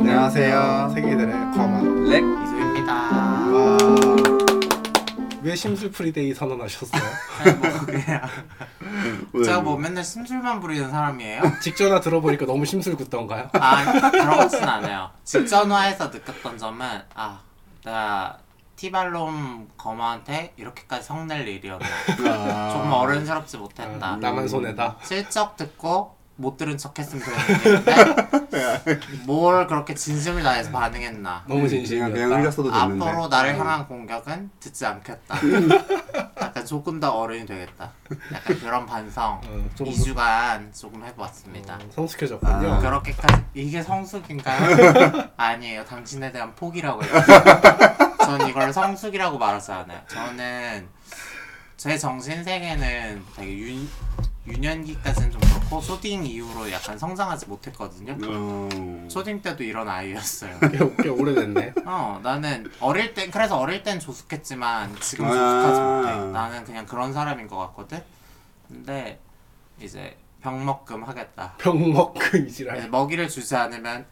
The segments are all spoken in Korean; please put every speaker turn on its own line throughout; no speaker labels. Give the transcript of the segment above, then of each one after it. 안녕하세요. 세계들의 거마.
렉 이소입니다.
와. 왜 심술프리데이 선언하셨어요?
아니, 뭐 그냥
왜?
제가 뭐 맨날 심술만 부리는 사람이에요?
직전화 들어보니까 너무 심술 굳던가요?
아 그렇진 않아요. 직전화에서 느꼈던 점은 아나 티발롬 거마한테 이렇게까지 성낼 일이었나.
아.
조금 어른스럽지
아,
못했다.
나만 손해다.
실적 듣고 못 들은 척했으면 좋겠는데 뭘 그렇게 진심을 다해서 반응했나.
너무
그냥
진심이었다.
그냥 흘렸어도 됐는데.
아,
음.
앞으로
음.
나를 향한 공격은 듣지 않겠다. 약간 조금 더 어른이 되겠다. 약간 그런 반성
어, 조금 어.
2주간 조금 해보았습니다.
성숙해졌군요.
아.
그렇게까지 이게 성숙인가요? 아니에요. 당신에 대한 포기라고 해요. 전 이걸 성숙이라고 말하지 않아요. 저는 제 정신 세계는 되게 유, 유년기까지는 좀 그렇고 초딩 이후로 약간 성장하지 못했거든요.
어.
초딩 때도 이런 아이였어요.
꽤, 꽤 오래됐네.
어 나는 어릴 땐 그래서 어릴 땐 조숙했지만 지금
아.
조숙하지 못해 나는 그냥 그런 사람인 것 같거든 근데 이제 병먹금 하겠다 이제
병먹금이지라.
먹이를 주지 않으면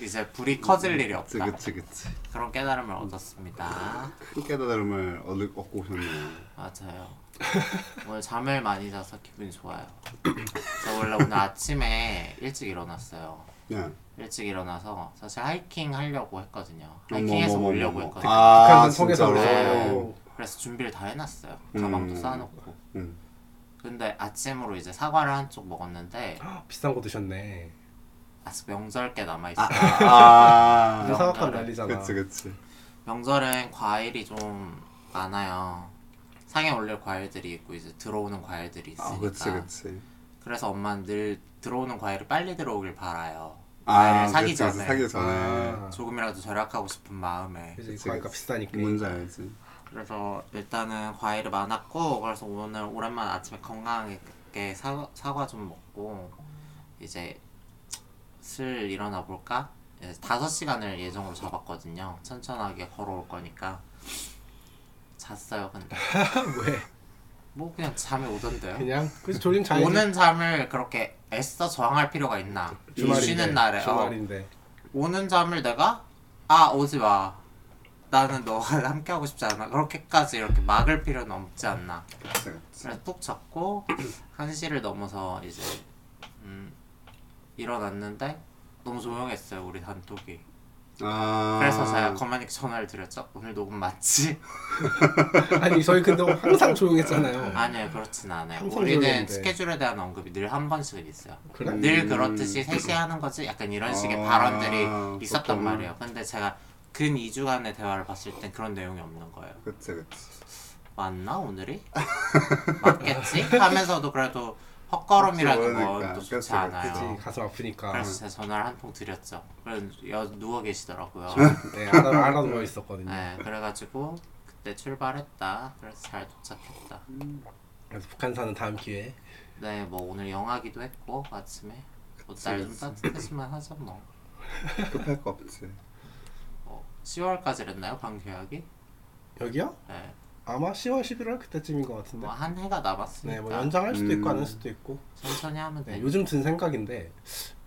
이제 불이 커질 일이
음, 그치
없다
그치 그치.
그런 깨달음을 얻었습니다
큰 깨달음을 얻을, 얻고 오셨네요.
맞아요 오늘 잠을 많이 자서 기분이 좋아요 저 원래 오늘 아침에 일찍 일어났어요
네.
일찍 일어나서 사실 하이킹 하려고 했거든요
뭐,
하이킹해서
어머, 어머,
오려고
어머.
아, 했거든요
아
북한산 통해서
진짜로.
오려고.
네. 그래서 준비를 다 해놨어요. 가방도
음.
싸놓고.
음.
근데 아침으로 이제 사과를 한쪽 먹었는데
비싼 거 드셨네.
아직 명절 게 남아 있어.
아.
요
근데
아.
사각함 날리잖아.
그치 그치.
명절엔 과일이 좀 많아요. 상에 올릴 과일들이 있고 이제 들어오는 과일들이 있으니까.
아 그치 그치.
래서 엄마는 늘 들어오는 과일이 빨리 들어오길 바라요.
아
과일을 사기
그치, 그치.
전에.
사기 전에.
아,
조금이라도 절약하고 싶은 마음에.
그치,
네. 그치,
그러니까
그치.
비싸니까.
뭔지 알지.
그래서 일단은 과일이 많았고 그래서 오늘 오랜만에 아침에 건강하게 사, 사과 좀 먹고 이제 슬 일어나 볼까? 예, 5시간을 예정으로 잡았거든요 천천하게 걸어올 거니까 잤어요 근데
왜?
뭐 그냥 잠이 오던데요
그냥 그래서 조림 잘
오는 잠을 그렇게 애써 저항할 필요가 있나 이 쉬는 날에 어,
주말인데
오는 잠을 내가 아 오지 마 나는 너와 함께 하고 싶지 않아 그렇게까지 이렇게 막을 필요는 없지 않나
그치 그치.
그래서 푹 잤고 1시를 넘어서 이제 음, 일어났는데 너무 조용했어요 우리 단톡이
아.
그래서 제가 거만이께 전화를 드렸죠 오늘 녹음 맞지?
아니 저희 근데 항상
네.
조용했잖아요.
아니에요 그렇진 않아요
항상
우리는
조용했는데.
스케줄에 대한 언급이 늘 한 번씩은 있어요
그래?
음.
늘 그렇듯이 셋이 하는 거지 약간 이런 식의
아,
발언들이 있었단
그렇구나.
말이에요 근데 제가 근 2주간의 대화를 봤을 땐 그런 내용이 없는 거예요
그치 그치.
맞나 오늘이? 맞겠지? 하면서도 그래도 헛걸음이라는 건
그러니까,
또 좋지
그치,
않아요
그치 가슴 아프니까.
어. 그래서 제가 전화를 한 통 드렸죠. 그래서 여 누워 계시더라고요.
네 알아 알아 누워 있었거든요.
네, 그래가지고 그때 출발했다. 그래서 잘 도착했다.
그래서 북한산은 다음 기회.
네, 뭐 오늘 영하기도 했고 아침에 뭐날좀
그치.
따뜻했으면 하죠 뭐.
급할 거 없지.
뭐 10월까지랬나요 방 계약이?
여기요?
네,
아마 10월 11월 그때쯤인 것 같은데.
뭐 한 해가 남았으니까
네, 뭐 연장할 수도 있고
음.
안 할 수도 있고.
천천히 하면
네,
돼.
요즘 든 생각인데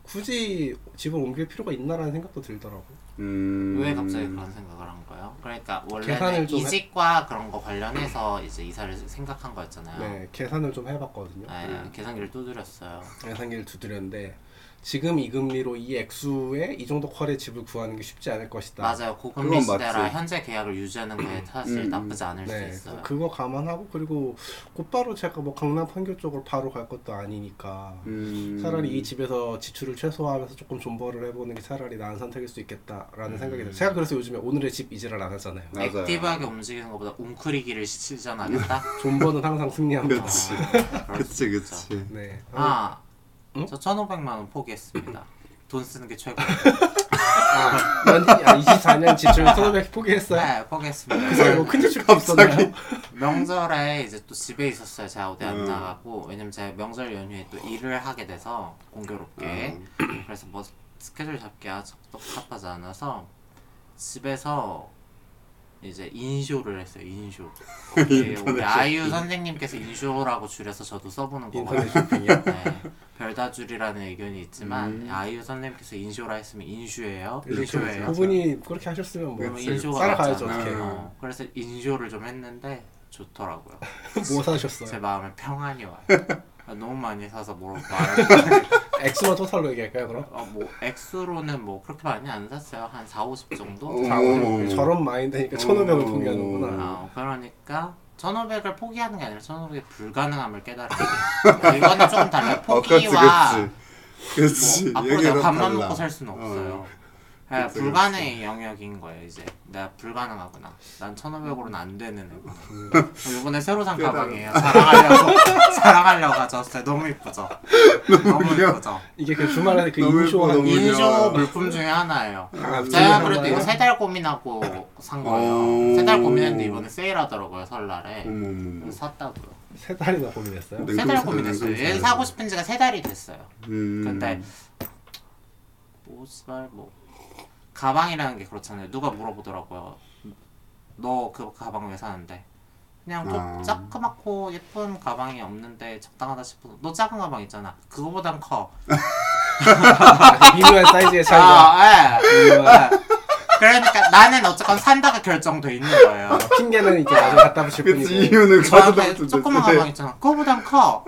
굳이 집을 옮길 필요가 있나라는 생각도 들더라고.
음.
왜 갑자기 그런 생각을 한 거예요? 그러니까
계산을
원래는
좀 해-
이직과 그런 거 관련해서 이제 이사를 생각한 거였잖아요.
네, 계산을 좀 해봤거든요.
네, 계산기를 두드렸어요.
계산기를 두드렸는데 지금 이 금리로 이 액수에 이 정도 퀄의 집을 구하는 게 쉽지 않을 것이다.
맞아요. 고금리
그건
시대라
맞지.
현재 계약을 유지하는 거에 사실
음,
나쁘지 않을
네,
수 있어요.
그거 감안하고 그리고 곧바로 제가 뭐 강남 판교 쪽으로 바로 갈 것도 아니니까
음.
차라리 이 집에서 지출을 최소화하면서 조금 존버를 해보는 게 차라리 나은 선택일 수 있겠다라는 생각이 들어요. 제가 그래서 요즘에 오늘의 집 이지를 안 하잖아요.
맞아요.
액티브하게 움직이는 것보다 웅크리기를 시전하겠다. 아,
존버는 항상 승리합니다.
그치.
그럴 수
그치 어?
있죠.
그치.
네.
아,
응?
저 1,500만 원 포기했습니다. 돈 쓰는 게 최고.
아, 연지, 아 24년 지출 1,500 포기했어요.
네, 포기했습니다.
그래서 뭐큰 지출 없었나요?
명절에 이제 또 집에 있었어요. 제가 어디 안
음.
나가고 왜냐면 제가 명절 연휴에 또 일을 하게 돼서 공교롭게
음.
그래서 뭐 스케줄 잡기가 적합하지 않아서 집에서 이제 인쇼를 했어요. 인쇼. 이게 우리 아이유 선생님께서 인쇼라고 줄여서 저도 써보는
인터넷
거거든요.
쇼핑이요?
네, 별 별다 줄이라는 의견이 있지만
음.
아이유 선생님께서 인쇼라 했으면 인슈예요.
인쇼,
인쇼예요.
인쇼.
그분이 그렇게 하셨으면 뭐
그렇죠. 그러면
그렇지.
인쇼가
따라가야죠
맞잖아.
어떻게
음.
어, 그래서 인쇼를 좀 했는데 좋더라고요. 제
뭐 사셨어요?
마음에 평안이 와요. 아, 너무 많이 사서 뭐 말하는
엑스만 토탈로 얘기할까요 그럼?
어, 뭐 액수로는 뭐 그렇게 많이 안 샀어요. 한 4, 50 정도?
오.
자, 어,
음.
저런 마인드니까 1500을
오.
포기하는구나
어, 그러니까 1,500을 포기하는 게 아니라 1,500이 불가능함을 깨달아요. 이거는 조금 달라요.
어, 그렇지,
포기와
그렇지.
뭐,
그렇지.
앞으로 내가
얘기랑
밥만
달라.
먹고 살 수는 없어요.
어.
그냥
그치,
불가능의 영역인 거예요 이제 내가 불가능하구나 난 1500으로는 안 되는 애구나 어, 이번에 새로 산
깨달음.
가방이에요 자랑하려고 자랑하려고 가져왔어요 너무 이쁘죠 너무
귀여워.
이쁘죠
이게 그 주말에 그
너무 예뻐,
인쇼한
너무 귀여워.
인쇼 물품 중에 하나예요
아,
제가
진짜요?
그래도 이거 세 달 고민하고 산 거예요
오.
세 달 고민했는데 이번에 세일하더라고요 설날에
어머, 어머,
그래서
어머.
샀다고요
세 달이나 고민했어요?
음. 네.
세 달
냉동실에
고민했어요
냉동실에.
얘 사고 싶은 지가 세 달이 됐어요
음.
근데 옷발 뭐 가방이라는 게 그렇잖아요. 누가 물어보더라고요. 너 그 가방 왜 사는데? 그냥 좀
아.
자그맣고 예쁜 가방이 없는데 적당하다 싶어서 너 작은 가방 있잖아. 그거보단 커.
미묘한 아, 사이즈의 차이가
아, 예. 그러니까 나는 어쨌건 산다가 결정돼 있는 거예요.
아, 핑계는 이제 나중에 갖다 붙일
그치,
뿐이고
이유는 네.
저한테
가져다
조그만
줬는데.
가방 있잖아. 그거보단 커.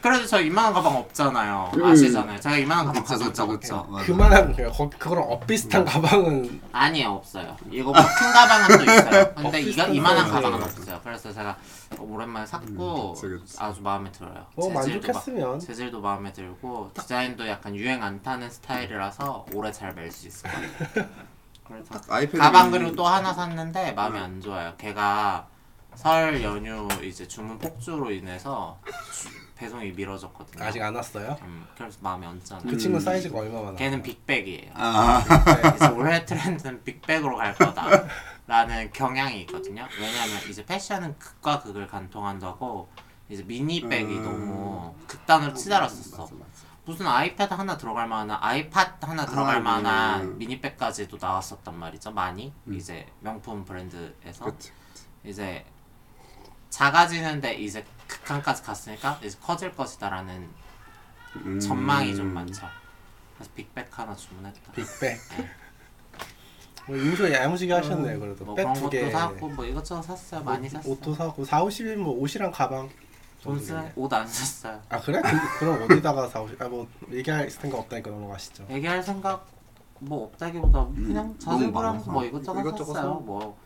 그래도 저 이만한 가방 없잖아요.
음.
아시잖아요. 제가 이만한 가방
그쵸, 그쵸,
가져왔죠,
그쵸.
그쵸?
맞아.
그만한 거예요 거- 그거랑 엇비슷한
음.
가방은
아니에요 없어요 이거 뭐큰 가방은 또 있어요 근데
없을
이거
수도
이만한
있어요.
가방은 없어요 그래서 제가 오랜만에 샀고
음, 그치, 그치.
아주 마음에 들어요
뭐
재질도 마-
만족했으면
재질도 마음에 들고 디자인도 약간 유행 안 타는 스타일이라서 오래 잘 멜 수 있을 것 같아요 그래서
아이패드
가방
미니.
그리고 또 하나 샀는데 마음에 안 좋아요 걔가 설 연휴 이제 주문 폭주로 인해서 주- 배송이 미뤄졌거든요
아직 안 왔어요?
음, 그래서 마음에 안 짜요
그 친구 사이즈가 얼마나
걔는 빅백이에요
아,
그래서 올해 트렌드는 빅백으로 갈 거다. 라는 경향이 있거든요. 왜냐하면 이제 패션은 극과 극을 간통한다고 이제 미니백이
음.
너무 극단으로 치달았었어.
맞아, 맞아.
무슨 아이패드 하나 들어갈 만한 아이팟 하나 들어갈
아,
만한
음.
미니백까지도 나왔었단 말이죠. 많이 이제 명품 브랜드에서
그치.
이제 작아지는데 이제 극한까지 갔으니까 이제 커질 것이다라는
음.
전망이 좀 많죠. 그래서 빅백 하나 주문했다.
빅백 뭐 인쇼 야무지게 하셨네요 그래도
뭐
백
그런
두
것도
개
사고 뭐 이것저것 샀어요. 많이 샀어요.
옷도 사고 4, 50이면 뭐 옷이랑 가방
돈 쓰는 옷안 샀어요.
아 그래? 근데 그럼 어디다가 4, 50 아뭐 얘기할 생각 없다니까 넘어가시죠
얘기할 생각 뭐 없다기보다 그냥
너무
자전거랑
많아서.
뭐 이것저것,
이것저것
샀어요.
사.
뭐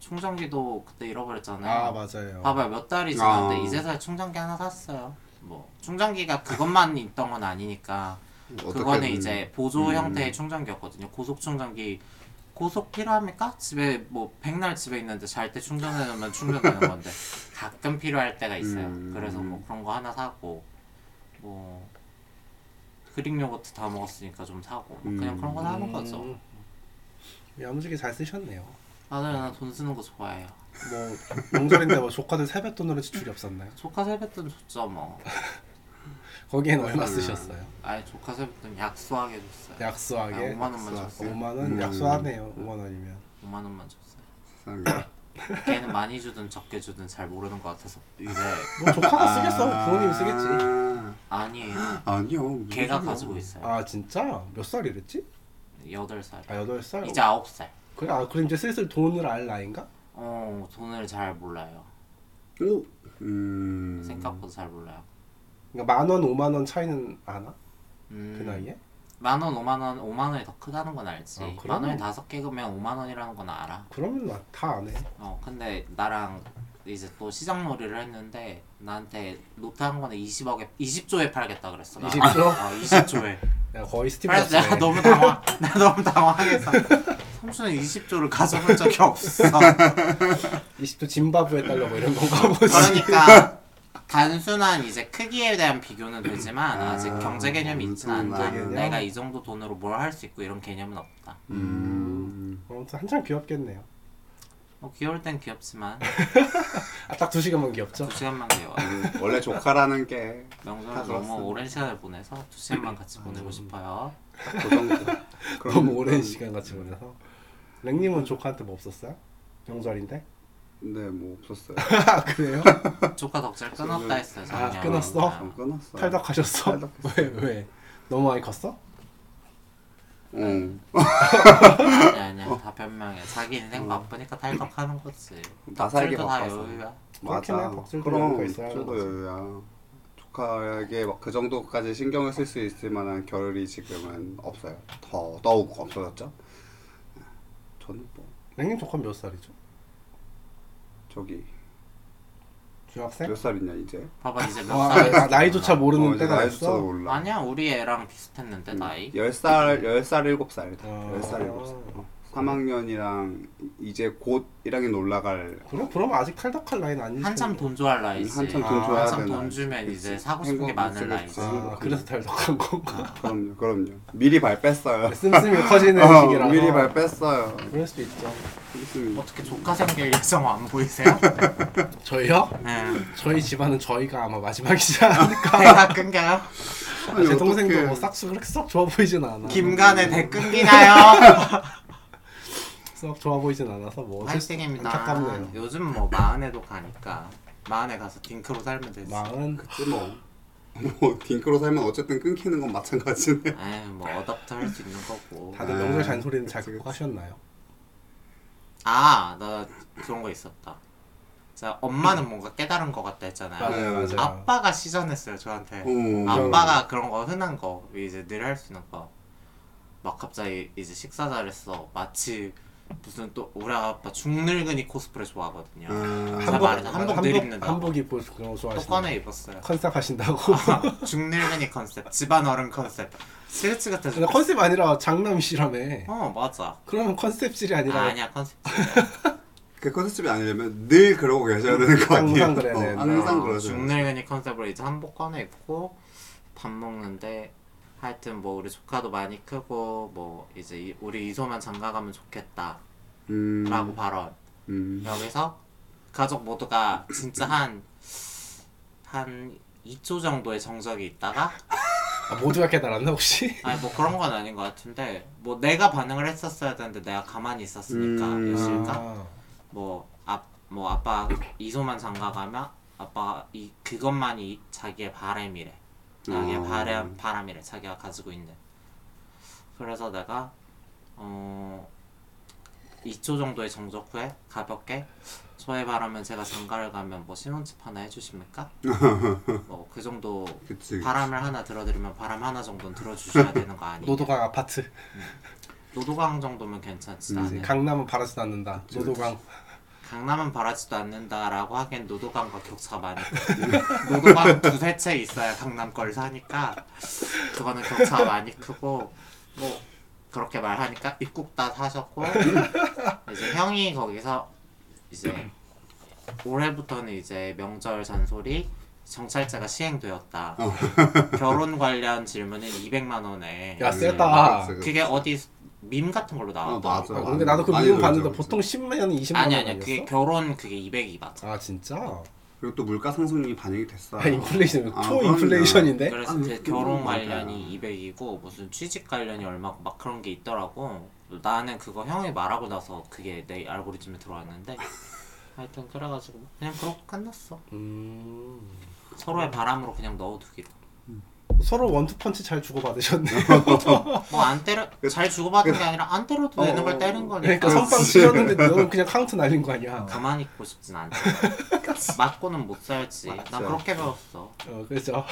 충전기도 그때 잃어버렸잖아요.
아 맞아요
음. 봐봐요 몇 달이 지났는데
아.
이제서야 충전기 하나 샀어요. 뭐 충전기가 그것만 있던 건 아니니까 그거는
어떻게든.
이제 보조
음.
형태의 충전기였거든요. 고속 충전기 고속 필요합니까? 집에 뭐 백날 집에 있는데 잘 때 충전해 놓으면 충전되는 건데 가끔 필요할 때가 있어요.
음.
그래서 뭐 그런 거 하나 사고 뭐 그릭 요거트 다 먹었으니까 좀 사고 뭐 그냥
음.
그런 거 사는 거죠.
음. 야무지게 잘 쓰셨네요
맞아요, 나 돈 쓰는 거 좋아해요.
뭐 명절인데 뭐 조카들 세뱃돈으로 지출이 없었나요?
조카 세뱃돈 줬죠 뭐.
거기엔 얼마
음.
쓰셨어요?
아니 조카 세뱃돈 약수하게 줬어요. 아,
약수하게
5만 원만 줬어요.
5만 원
음.
약수하네요 5만 원이면
5만 원만 줬어요.
세상에.
걔는 많이 주든 적게 주든 잘 모르는 것 같아서 이제
뭐 조카가 쓰겠어 부모님이 쓰겠지
아니에요.
아. 아니요. 무슨
걔가
소리야.
가지고 있어요.
아 진짜? 몇 살이랬지?
여덟 살.
아 8살?
이제 아홉 살.
그래 아 그럼 이제 슬슬 돈을 알 나이인가?
어 돈을 잘 몰라요.
오. 음.
생각보다 잘 몰라요.
그러니까 만원 5만 원 차이는 아나?
음,
그 나이에?
만 원, 오만 원, 오만 원이 더 크다는 건 알지.
아, 그럼?
만 원이 다섯 개면 오만 원이라는 건 알아.
그러면 나- 다 아네
어 근데 나랑 이제 또 시장놀이를 했는데 나한테 노트 한 권에 20억에 20조에 팔겠다 그랬어. 나.
20조?
어 20조에.
야, 거의 스티브
그래서 내가
잡스네
아, 너무 당황, 나 너무 당황해서 삼촌은 20조를 가져본 적이 없어.
20도 짐바브웨 달러 뭐 이런 건가 보지
그러니까 단순한 이제 크기에 대한 비교는 되지만
아,
아직 경제 개념이 있진
경제
않다.
개념?
내가 이 정도 돈으로 뭘 할 수 있고 이런 개념은 없다.
음.
아무튼 한참 귀엽겠네요
뭐 귀여울 땐 귀엽지만
아 딱 두 시간만 귀엽죠?
두 시간만 귀여워.
원래 조카라는 게
명절을
다 음.
너무
그렇습니다.
오랜 시간을 보내서 두 시간만 같이 보내고 싶어요.
고정. 그런
너무 오랜
그런-
시간 같이 보내서 랭님은 조카한테 뭐 없었어요? 명절인데?
네, 뭐 없었어요.
아 그래요?
조카 덕질 끊었다 했어요.
아,
작년에.
끊었어?
아,
전 끊었어요.
탈덕하셨어?
탈덕했어요.
왜 왜? 너무 많이 컸어?
응.
아니 아니야 다 변명해. 자기 인생 바쁘니까 탈덕하는 거지.
나 어. 살기
덕질도 다
바빠서.
여유야.
그렇긴 해.
맞아.
덕질도
그럼
여유가 있어야 하는
덕질도
거지.
여유야. 조카에게 막 그 정도까지 신경을 쓸 수 있을 만한 겨를이 지금은 없어요. 더 더욱 없어졌죠. 저는 뭐
냉님 조카 몇 살이죠?
저기
중학생? 아,
몇 살이냐 이제?
봐봐 이제 몇
와,
살?
나- 나이조차 네? 음. 모르는
어, 이제
때가
나이조차도
있어.
몰라.
아니야 우리 애랑 비슷했는데 나이.
10살, 10살, 7살. 다.
아.
10살, 7살. 어. 3학년이랑 이제 곧 1학년 올라갈
그럼 그럼 아직 탈덕할 나이는 아니지.
한참 돈 좋아할 나이지.
한참 돈
아,
줘야
한참
되는
돈 주면
그치.
이제 사고 싶은 게
행복
많을
목적이
나이지.
아, 그래서 탈덕한 건가?
그럼요, 그럼요. 미리 발 뺐어요.
씀씀이 커지는
아. 어,
시기라서.
미리 발 뺐어요.
그럴 수도 있죠.
무슨
어떻게 조카 생길 예정 안 보이세요?
저희요?
네.
저희 집안은 저희가 아마 마지막이지 않을까.
대가 끊겨요?
제 동생도 뭐 싹수 그렇게 썩 좋아 보이진 않아.
김간의 대 끊기나요?
썩 좋아 보이진 않아서 뭐. 어쩔 수-
화이팅입니다.
안타깝네요.
요즘 뭐 마흔에도 가니까 마흔에 가서 딩크로 살면 되지.
마흔.
그치 뭐. 뭐 딩크로 살면 어쨌든 끊기는 건 마찬가지네.
에이 뭐 어댑터 할 수 있는 거고.
다들
아,
명절 잔소리는 잘
그치,
듣고
그치.
하셨나요?
아, 나 그런 거 있었다. 자, 엄마는 뭔가 깨달은 거 같다 했잖아요.
맞아요,
맞아요.
맞아요.
아빠가 시전했어요, 저한테.
어,
아빠가 그런 거 흔한 거 이제 늘 할 수 있는 거. 막 갑자기 이제 식사 잘했어. 마치 무슨 또 우리 아빠 중늙은이 코스프레 좋아하거든요.
아,
진짜 말해서 한복 늘 입는다.
한복 입고 그런 거
또
좋아하시나요?
꺼내 입었어요. 아,
컨셉 하신다고?
중늙은이 컨셉, 집안 어른 컨셉, 스르츠 같은.
근데 컨셉 아니라 장남이시라며.
어 맞아.
그러면 컨셉질이
아,
아니라
아니야 컨셉.
그 컨셉이 아니려면 늘 그러고 계셔야 되는 거 아니에요?
항상 그래야
어,
되는데.
항상
어,
그러죠.
중늙은이 컨셉으로 이제 한복 꺼내 입고 밥 먹는데 하여튼 뭐 우리 조카도 많이 크고 뭐 이제 이- 우리 이소만 장가가면 좋겠다라고
음,
발언.
음,
여기서 가족 모두가 진짜 한 한 2초 정도의 정적이 있다가
아, 모두가 깨달았나 혹시?
아니 뭐 그런 건 아닌 것 같은데 뭐 내가 반응을 했었어야 되는데 내가 가만히 있었으니까
음.
그러니까
아,
뭐아뭐 아빠 이소만 장가 가면 아빠 이 그것만이 이- 자기의 바람이래 자기의
아.
바람 바람이래 자기가 가지고 있는 그래서 내가 어 2초 정도의 정적 후에 가볍게 저의 바람은 제가 장가를 가면 뭐 신혼집 하나 해주십니까? 뭐 그 정도
그치.
바람을 하나 들어드리면 바람 하나 정도는 들어주셔야 되는 거 아니에요?
노도강 아파트.
노도강 정도면 괜찮지
음.
나는
강남은 바라지도 않는다. 노도강.
강남은 바라지도 않는다라고 하기엔 노도강과 격차 많이 크고 노도강 두세 채 있어야 강남 걸 사니까 그거는 격차 많이 크고 뭐 그렇게 말하니까 입국 다 사셨고 이제 형이 거기서 이제 올해부터는 이제 명절 잔소리 정찰제가 시행되었다 결혼 관련 질문은 200만 원에
야 세다.
그치, 그치.
그게 어디 밈 같은 걸로
어,
나왔다
맞아.
아, 근데 나도 그
많이
미국
들어가죠,
봤는데
그치.
보통 10만 원, 20만 원
아니
아니었어?
아니 그게 결혼 그게 200이 맞아.
아 진짜?
그리고 또 물가 상승이 반영이 됐어.
아, 인플레이션,
아,
초
그럼요.
인플레이션인데?
그래서
아,
그
그렇게
결혼
맞아.
관련이 200이고 무슨 취직 관련이 얼마고 막 그런 게 있더라고. 나는 그거 형이 말하고 나서 그게 내 알고리즘에 들어왔는데 하여튼 그래가지고 그냥 그렇게 끝났어.
음...
서로의 바람으로 그냥 넣어두기로.
서로 원투펀치 잘 주고받으셨네. 그러니까
뭐 안 때려 잘 주고받은 게 아니라 안 때려도 되는
어,
걸 때린 거니까.
그러니까 선빵
그치.
치셨는데 너는 그냥 카운트 날린 거 아니야.
가만히 있고 싶진 않지. 맞고는 못 살지.
맞아.
난 그렇게 배웠어.
어 그죠.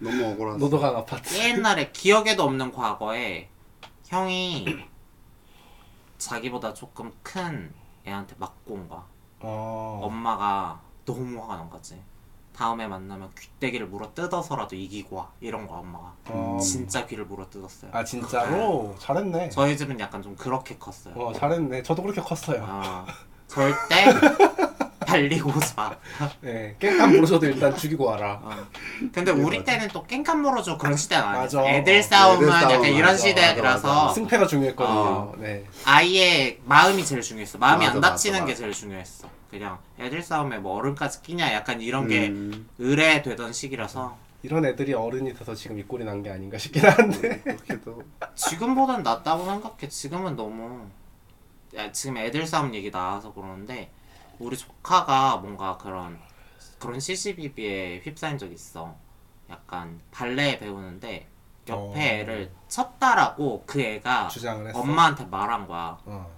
너무 억울하다.
노도강 아파트.
예. 옛날에 기억에도 없는 과거에 형이 자기보다 조금 큰 애한테 맞고 온 거야.
어.
엄마가 너무 화가 난 거지. 다음에 만나면 귀때기를 물어 뜯어서라도 이기고 와. 이런 거야 엄마가.
어.
진짜 귀를 물어 뜯었어요.
아 진짜로 잘했네.
저희 집은 약간 좀 그렇게 컸어요.
어 잘했네. 저도 그렇게 컸어요.
아, 절대 달리고 오지 마.
예. 깽판 부르셔도 일단 죽이고 와라.
어. 근데 우리 때는 또 깽판 물어줘 그런 시대가 아니었어.
맞아.
애들 싸움은
애들 싸움,
약간 네, 이런
맞아,
맞아,
시대라서 어.
맞아.
승패가 중요했거든요. 네.
아이의 마음이 제일 중요했어. 마음이
맞아,
안
맞아,
다치는
맞아.
게 제일 중요했어. 그냥 애들 싸움에 뭐 어른까지 끼냐 약간 이런 게
음,
의뢰되던 시기라서
이런 애들이 어른이 돼서 지금 이 꼴이 난 게 아닌가 싶긴 한데.
그렇게도
지금보단 낫다고 생각해. 지금은 너무 야, 지금 애들 싸움 얘기 나와서 그러는데 우리 조카가 뭔가 그런 그런 CCBB에 휩싸인 적이 있어. 약간 발레 배우는데 옆에
어.
애를 쳤다라고 그 애가
주장을 했어.
엄마한테 말한 거야.
어.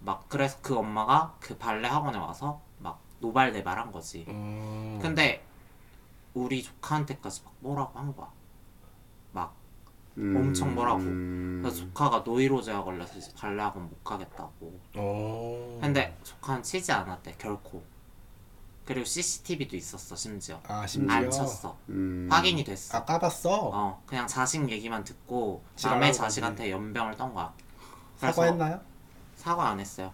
막 그래서 그 엄마가 그 발레 학원에 와서 막 노발대발한 거지.
음.
근데 우리 조카한테까지 막 뭐라고 한 거야. 막
음,
엄청 뭐라고.
음,
그래서 조카가 노이로제가 걸려서 이제 발레 학원 못 가겠다고.
어.
근데 조카는 치지 않았대 결코. 그리고 CCTV도 있었어 심지어.
아 심지어
안 쳤어.
음,
확인이 됐어.
아 까봤어.
어 그냥 자식 얘기만 듣고
지랄하는
남의
거지.
자식한테 연병을 떤 거야. 그래서
사과했나요?
사과 안 했어요.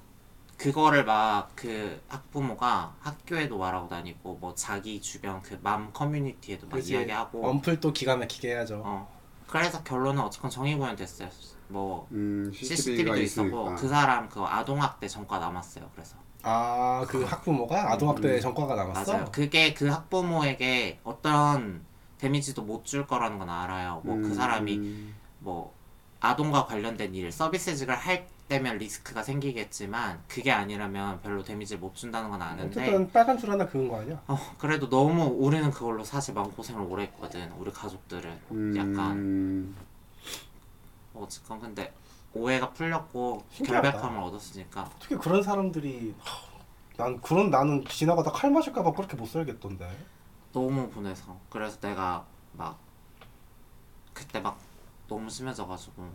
그거를 막 그 학부모가 학교에도 말하고 다니고 뭐 자기 주변 그 맘 커뮤니티에도 막
그치.
이야기하고
언플 또 기가 막히게 해야죠.
뭐. 어. 그래서 결론은 어쨌건 정의구현 됐어요. 뭐
음,
CCTV도
CCTV가
있었고
있으니까.
그 사람 그 아동학대 전과 남았어요. 그래서
아 그 학부모가 아동학대
음.
전과가 남았어.
맞아요. 그게 그 학부모에게 어떤 데미지도 못 줄 거라는 건 알아요. 뭐 그
음,
사람이
음,
뭐 아동과 관련된 일 서비스직을 할 때면 리스크가 생기겠지만 그게 아니라면 별로 데미지를 못 준다는 건 아는데
어쨌든 빨간 줄 하나 그은 거 아니야?
어, 그래도 너무 우리는 그걸로 사실 마음 고생을 오래 했거든. 우리 가족들은
음,
약간
음,
어쨌건 근데 오해가 풀렸고
신기하다.
결백함을 얻었으니까
어떻게 그런 사람들이 하, 난 그런 나는 지나가다 칼 맞을까봐 그렇게 못 살겠던데.
너무 분해서 그래서 내가 막 그때 막 너무 심해져가지고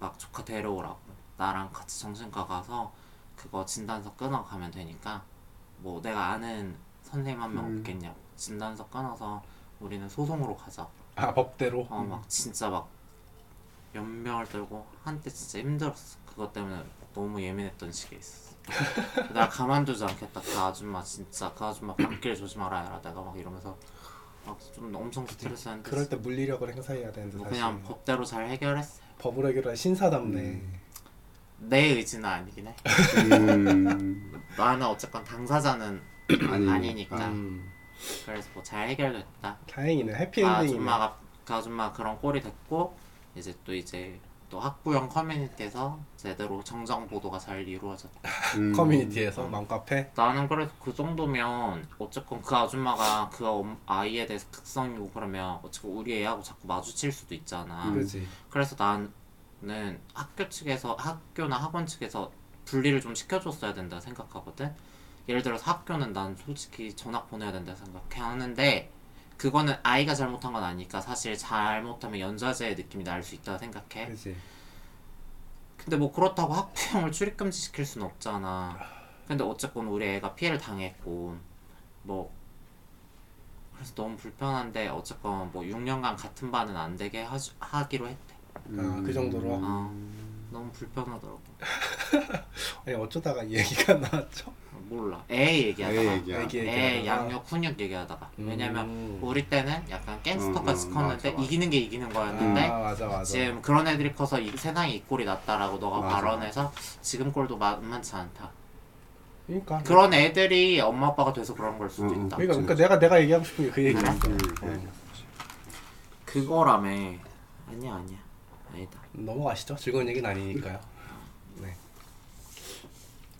막 조카 데려오라고 나랑 같이 정신과 가서 그거 진단서 끊어 가면 되니까 뭐 내가 아는 선생님 한 명
음.
없겠냐고 진단서 끊어서 우리는 소송으로 가자
아 법대로.
어 막 진짜 막 연명을 떨고 한때 진짜 힘들었어 그것 때문에 너무 예민했던 시기에 있었어 나 가만두지 않겠다 그 아줌마 진짜 그 아줌마 밤길 조심하라 해라 내가 막 이러면서 막 좀 엄청 스트레스였는데
음. 그럴 때 물리력을 행사해야 되는데
뭐
사실
그냥 법대로 잘 해결했어요
법으로 해결한 신사답네.
음.
내 의지는 아니긴 해
음,
나는 어쨌건 당사자는
아니니까.
아니니까.
음.
그래서 뭐 잘 해결됐다
다행이네
그
해피엔딩이네.
아줌마가 그 아줌마 그런 꼴이 됐고 이제 또 이제 또 학부형 커뮤니티에서 제대로 정정 보도가 잘 이루어졌다
음,
커뮤니티에서 맘카페.
나는 그래서 그 정도면 어쨌건 그 아줌마가 그 엄- 아이에 대해서 극성이고 그러면 어쨌건 우리 애하고 자꾸 마주칠 수도 있잖아.
음.
그지.
그래서 나는 학교 측에서 학교나 학원 측에서 분리를 좀 시켜줬어야 된다 생각하거든. 예를 들어서 학교는 난 솔직히 전학 보내야 된다 생각해 하는데 그거는 아이가 잘못한 건 아니니까 사실 잘못하면 연좌제의 느낌이 날 수 있다 생각해.
그지.
근데 뭐 그렇다고 학부형을 출입금지 시킬 수는 없잖아. 근데 어쨌건 우리 애가 피해를 당했고 뭐 그래서 너무 불편한데 어쨌건 뭐 6년간 같은 반은 안 되게 하, 하기로 했대.
음,
아, 그 정도로?
아 너무 불편하더라고.
아니 어쩌다가 이 얘기가 나왔죠?
몰라. 애 얘기하다가
애
애,
얘기야.
애기 얘기하다가.
예, 양육 훈육 얘기하다가
음.
왜냐면 우리 때는 약간 갱스터까지
음, 음, 맞아,
컸는데
맞아.
이기는 게 이기는 거였는데
아 맞아 맞아.
지금 그런 애들이 커서 이 세상에 이 꼴이 났다라고 너가
맞아.
발언해서 지금 꼴도 만만치 않다.
그러니까.
그런 애들이 엄마 아빠가 돼서 그런 걸 수도
응,
있다.
그러니까, 그러니까 내가 내가 얘기하고 싶은 게 그 얘기.
음.
음,
그거라며. 아니야 아니야 아니다.
넘어가시죠. 즐거운 얘기는 아니니까요. 네.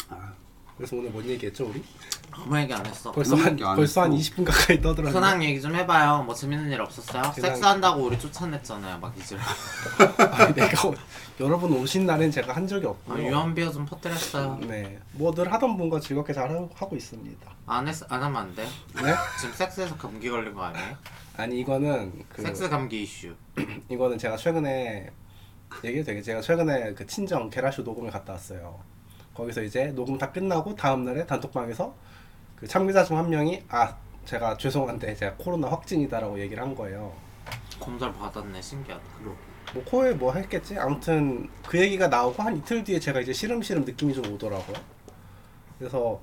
아.
그래서 오늘 뭔 얘기했죠 우리?
아무 얘기 안 했어.
벌써
오늘
한
얘기 안
벌써 한
했고.
20분 가까이 떠들었네.
근황 얘기 좀 해봐요. 뭐 재밌는 일 없었어요? 섹스한다고 우리 쫓아냈잖아요. 막 이제
아니, 내가 오- 여러분 오신 날엔 제가 한 적이
아,
없고요.
유언비어 좀 퍼뜨렸어요.
네. 뭐 늘 하던 분과 즐겁게 잘 하- 하고 있습니다.
안 했, 안 하면 안 돼.
네?
지금 섹스에서 감기 걸린 거 아니에요?
아니 이거는 그
섹스 감기 이슈.
이거는 제가 최근에 얘기해도 되게 제가 최근에 그 친정 게라쇼 녹음을 갔다 왔어요. 거기서 이제 녹음 다 끝나고 다음 날에 단톡방에서 그 참가자 중 한 명이 아 제가 죄송한데 제가 코로나 확진이다라고 얘기를 한 거예요.
검사를 받았네. 신기하다.
뭐 코에 뭐 했겠지? 아무튼 그 얘기가 나오고 한 이틀 뒤에 제가 이제 시름시름 느낌이 좀 오더라고요. 그래서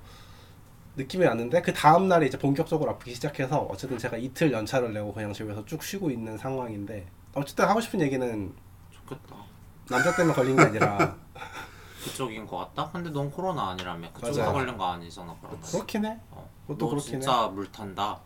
느낌이 왔는데 그 다음 날에 이제 본격적으로 아프기 시작해서 어쨌든 제가 이틀 연차를 내고 그냥 집에서 쭉 쉬고 있는 상황인데 어쨌든 하고 싶은 얘기는
좋겠다.
남자 때문에 걸린 게 아니라
그쪽인 거 같다? 근데 넌 코로나 아니라며. 그쪽에서
맞아요.
걸린 거 아니잖아. 그러면.
그렇긴 해.
어.
그것도
너
그렇긴
진짜 물 탄다.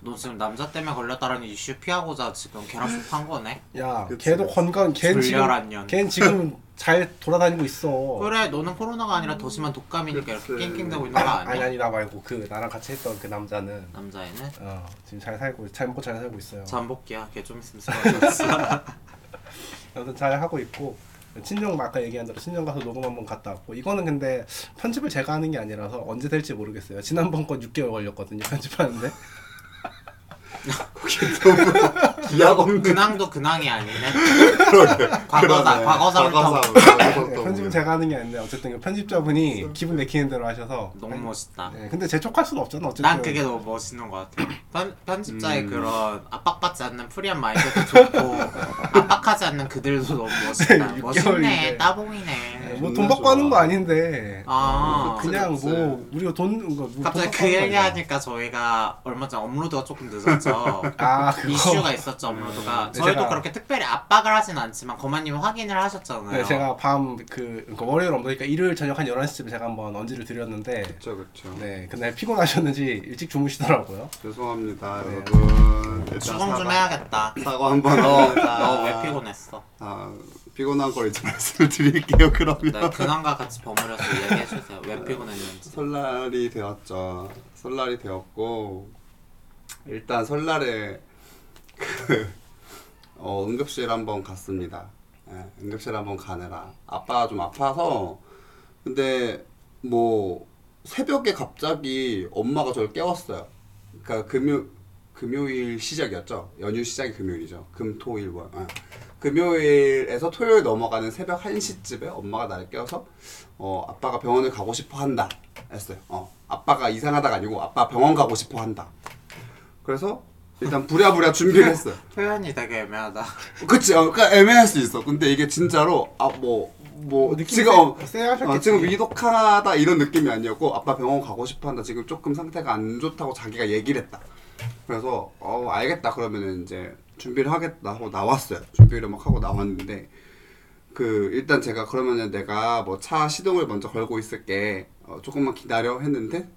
너 지금 남자 때문에 걸렸다라는 이슈 피하고자 지금 계란soup 한 거네?
야,
그치,
걔도
그치.
건강, 걔는 지금,
졸렬한 년.
걔는 지금 잘 돌아다니고 있어.
그래, 너는 코로나가 아니라 더 심한 독감이니까 이렇게
그치.
낑낑대고 있는 거 아니야?
아니 아니 나 말고 그 나랑 같이 했던 그 남자는
남자애는?
어, 지금 잘 살고 잘 먹고 잘 살고 있어요.
잠복기야, 걔 좀 있으면 쓰러졌어.
아무튼 잘 하고 있고 친정 아까 얘기한 대로 친정 가서 녹음 한번 갔다 왔고 이거는 근데 편집을 제가 하는 게 아니라서 언제 될지 모르겠어요. 지난번 건 6개월 걸렸거든요 편집하는데. 네,
기약
근황도 근황이 아니네.
그러네.
과거사, 과거사를
과거사,
타고.
과거사
네, 편집은 제가 하는 게 아닌데 어쨌든 그 편집자분이 기분 내키는 대로 하셔서
너무 멋있다.
네, 근데 재촉할 수는 없잖아 어쨌든.
난 그게 너무 멋있는 것 같아. 편, 편집자의
음.
그런 압박받지 않는 프리한 마인드도 좋고 압박하지 않는 그들도 너무 멋있다.
육 개월인데.
멋있네,
네,
따봉이네.
뭐돈
존나
받고 하는 거
좋아.
아닌데.
아,
그냥
그치,
뭐 우리가 돈 그거 뭐
갑자기 그
돈 받고 하는 거 아니야.
얘기하니까 저희가 얼마 전 업로드가 조금 늦었죠.
아 그거.
이슈가 있었죠 업로드가.
음,
저희도
제가-
그렇게 특별히 압박을 하진 않지만 거만님 확인을 하셨잖아요.
네, 제가 밤그 그러니까 월요일 업로드니까 일요일 저녁 한 11시쯤 제가 한번 언지를 드렸는데
그렇죠 그렇죠
네, 그날 피곤하셨는지 일찍 주무시더라고요.
죄송합니다
네.
여러분 일단
추궁 좀
사과-
해야겠다.
사과 한번
너너왜 어, 피곤했어?
아, 피곤한 걸 이제 말씀드릴게요 그러면
네, 근황과 같이 버무려서 이야기해 주세요. 왜 피곤했는지.
설날이 되었죠. 설날이 되었고 일단 설날에 그 어, 응급실 한번 갔습니다. 예, 응급실 한번 가느라 아빠가 좀 아파서 근데 뭐 새벽에 갑자기 엄마가 저를 깨웠어요. 그러니까 금요 금요일 시작이었죠. 연휴 시작이 금요일이죠. 금토일 월. 아. 금요일에서 토요일 넘어가는 새벽 1시쯤에 엄마가 나를 깨워서 어, 아빠가 병원을 가고 싶어 한다. 했어요. 어, 아빠가 이상하다가 아니고 아빠 병원 가고 싶어 한다. 그래서 일단 부랴부랴 준비를 했어요.
표현이 되게 애매하다.
그치, 어, 그러니까 애매할 수 있어. 근데 이게 진짜로, 아, 뭐, 뭐,
느낌
지금,
세-
어,
세하셨겠지.
어, 지금 위독하다 이런 느낌이 아니었고, 아빠 병원 가고 싶어 한다. 지금 조금 상태가 안 좋다고 자기가 얘기를 했다. 그래서, 어, 알겠다. 그러면은 이제 준비를 하겠다 하고 나왔어요. 준비를 막 하고 나왔는데, 그, 일단 제가 그러면은 내가 뭐 차 시동을 먼저 걸고 있을게. 어, 조금만 기다려 했는데,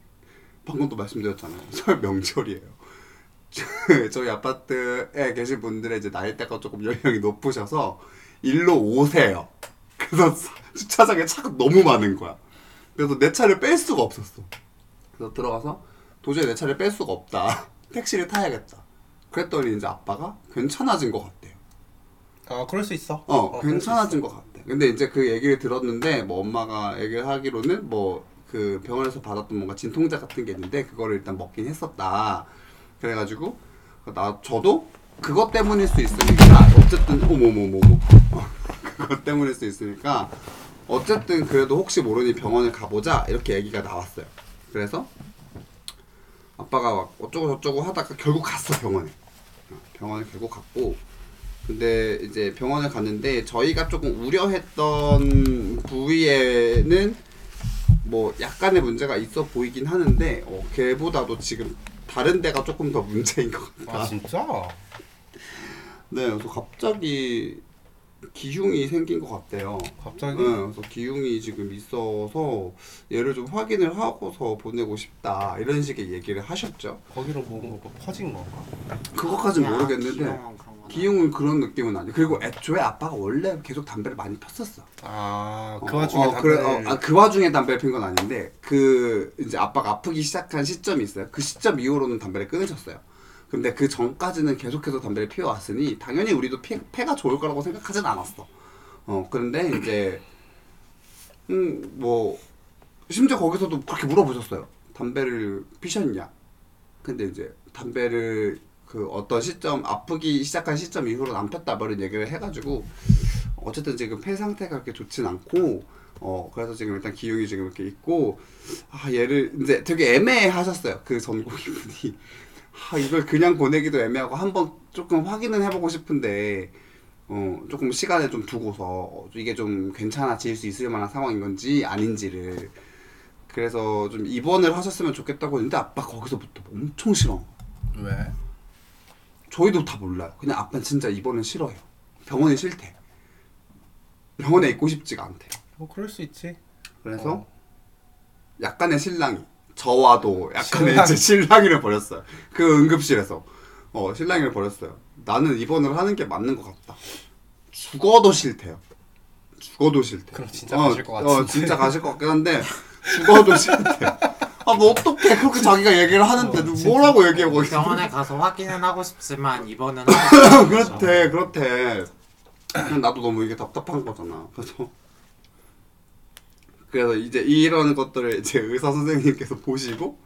방금도 말씀드렸잖아요. 설 명절이에요. 저희 아파트에 계신 분들의 이제 나이대가 조금 연령이 높으셔서 일로 오세요. 그래서 사- 주차장에 차가 너무 많은 거야. 그래서 내 차를 뺄 수가 없었어. 그래서 들어가서 도저히 내 차를 뺄 수가 없다. 택시를 타야겠다. 그랬더니 이제 아빠가 괜찮아진 것 같대요.
아, 그럴 수 있어.
어,
그럴 수 있어.
괜찮아진 것 같아. 근데 이제 그 얘기를 들었는데 뭐 엄마가 얘기를 하기로는 뭐 그 병원에서 받았던 뭔가 진통제 같은 게 있는데 그거를 일단 먹긴 했었다. 그래가지고 나 저도 그것 때문일 수 있으니까 어쨌든 오모모모모 어, 그것 때문일 수 있으니까 어쨌든 그래도 혹시 모르니 병원을 가보자 이렇게 얘기가 나왔어요. 그래서 아빠가 막 어쩌고 저쩌고 하다가 결국 갔어 병원에. 어, 병원에 결국 갔고 근데 이제 병원을 갔는데 저희가 조금 우려했던 부위에는 뭐 약간의 문제가 있어 보이긴 하는데 어, 걔보다도 지금 다른 데가 조금 더 문제인 것
아,
같다.
진짜?
네, 그래서 갑자기 기흉이 생긴 것 같대요. 네,
갑자기?
그래서 기흉이 지금 있어서 얘를 좀 확인을 하고서 보내고 싶다 이런 식의 얘기를 하셨죠.
거기로 모은 거 퍼진 건가?
그것까진
그냥
모르겠는데
기용은 그런 거나.
기흉은 그런 느낌은 아니에요. 그리고 애초에 아빠가 원래 계속 담배를 많이 폈었어.
아, 그
어,
와중에
어, 그래,
담배를-
어, 아, 그 와중에 담배를 핀 건 아닌데 그 이제 아빠가 아프기 시작한 시점이 있어요. 그 시점 이후로는 담배를 끊으셨어요. 근데 그 전까지는 계속해서 담배를 피워왔으니 당연히 우리도 폐, 가 좋을 거라고 생각하진 않았어. 어 그런데 이제 음뭐 심지어 거기서도 그렇게 물어보셨어요. 담배를 피셨냐? 근데 이제 담배를 그 어떤 시점 아프기 시작한 시점 이후로 안 폈다 뭐 이런 얘기를 해가지고 어쨌든 지금 폐 상태가 그렇게 좋진 않고 어 그래서 지금 일단 기용이 지금 이렇게 있고 아 얘를 이제 되게 애매하셨어요 그 전공인 분이 아 이걸 그냥 보내기도 애매하고 한번 조금 확인은 해보고 싶은데 어 조금 시간을 좀 두고서 어, 이게 좀 괜찮아질 수 있을 만한 상황인 건지 아닌지를 그래서 좀 입원을 하셨으면 좋겠다고 했는데 아빠 거기서부터 엄청 싫어
왜?
저희도 다 몰라요. 그냥 아빠는 진짜 입원은 싫어요. 병원이 싫대. 병원에 있고 싶지가 않대.
뭐 그럴 수 있지.
그래서
어.
약간의 신랑이 저와도 약간의
신랑.
이제 실랑이를 벌였어요. 그 응급실에서 어 실랑이를 벌였어요. 나는 입원을 하는 게 맞는 것 같다. 죽어도 싫대요. 죽어도 싫대.
그럼 진짜 가실 것 같은데.
어, 진짜 가실 것 같긴 한데 죽어도 싫대. 아, 뭐 어떻게 그렇게 자기가 얘기를 하는데
어, 진짜.
뭐라고 얘기하고 있어?
병원에 가서 확인은 하고 싶지만 입원은 하고
그렇대, 그렇대. 그냥 나도 너무 이게 답답한 거잖아. 그래서 그래서 이제 이런 것들을 이제 의사 선생님께서 보시고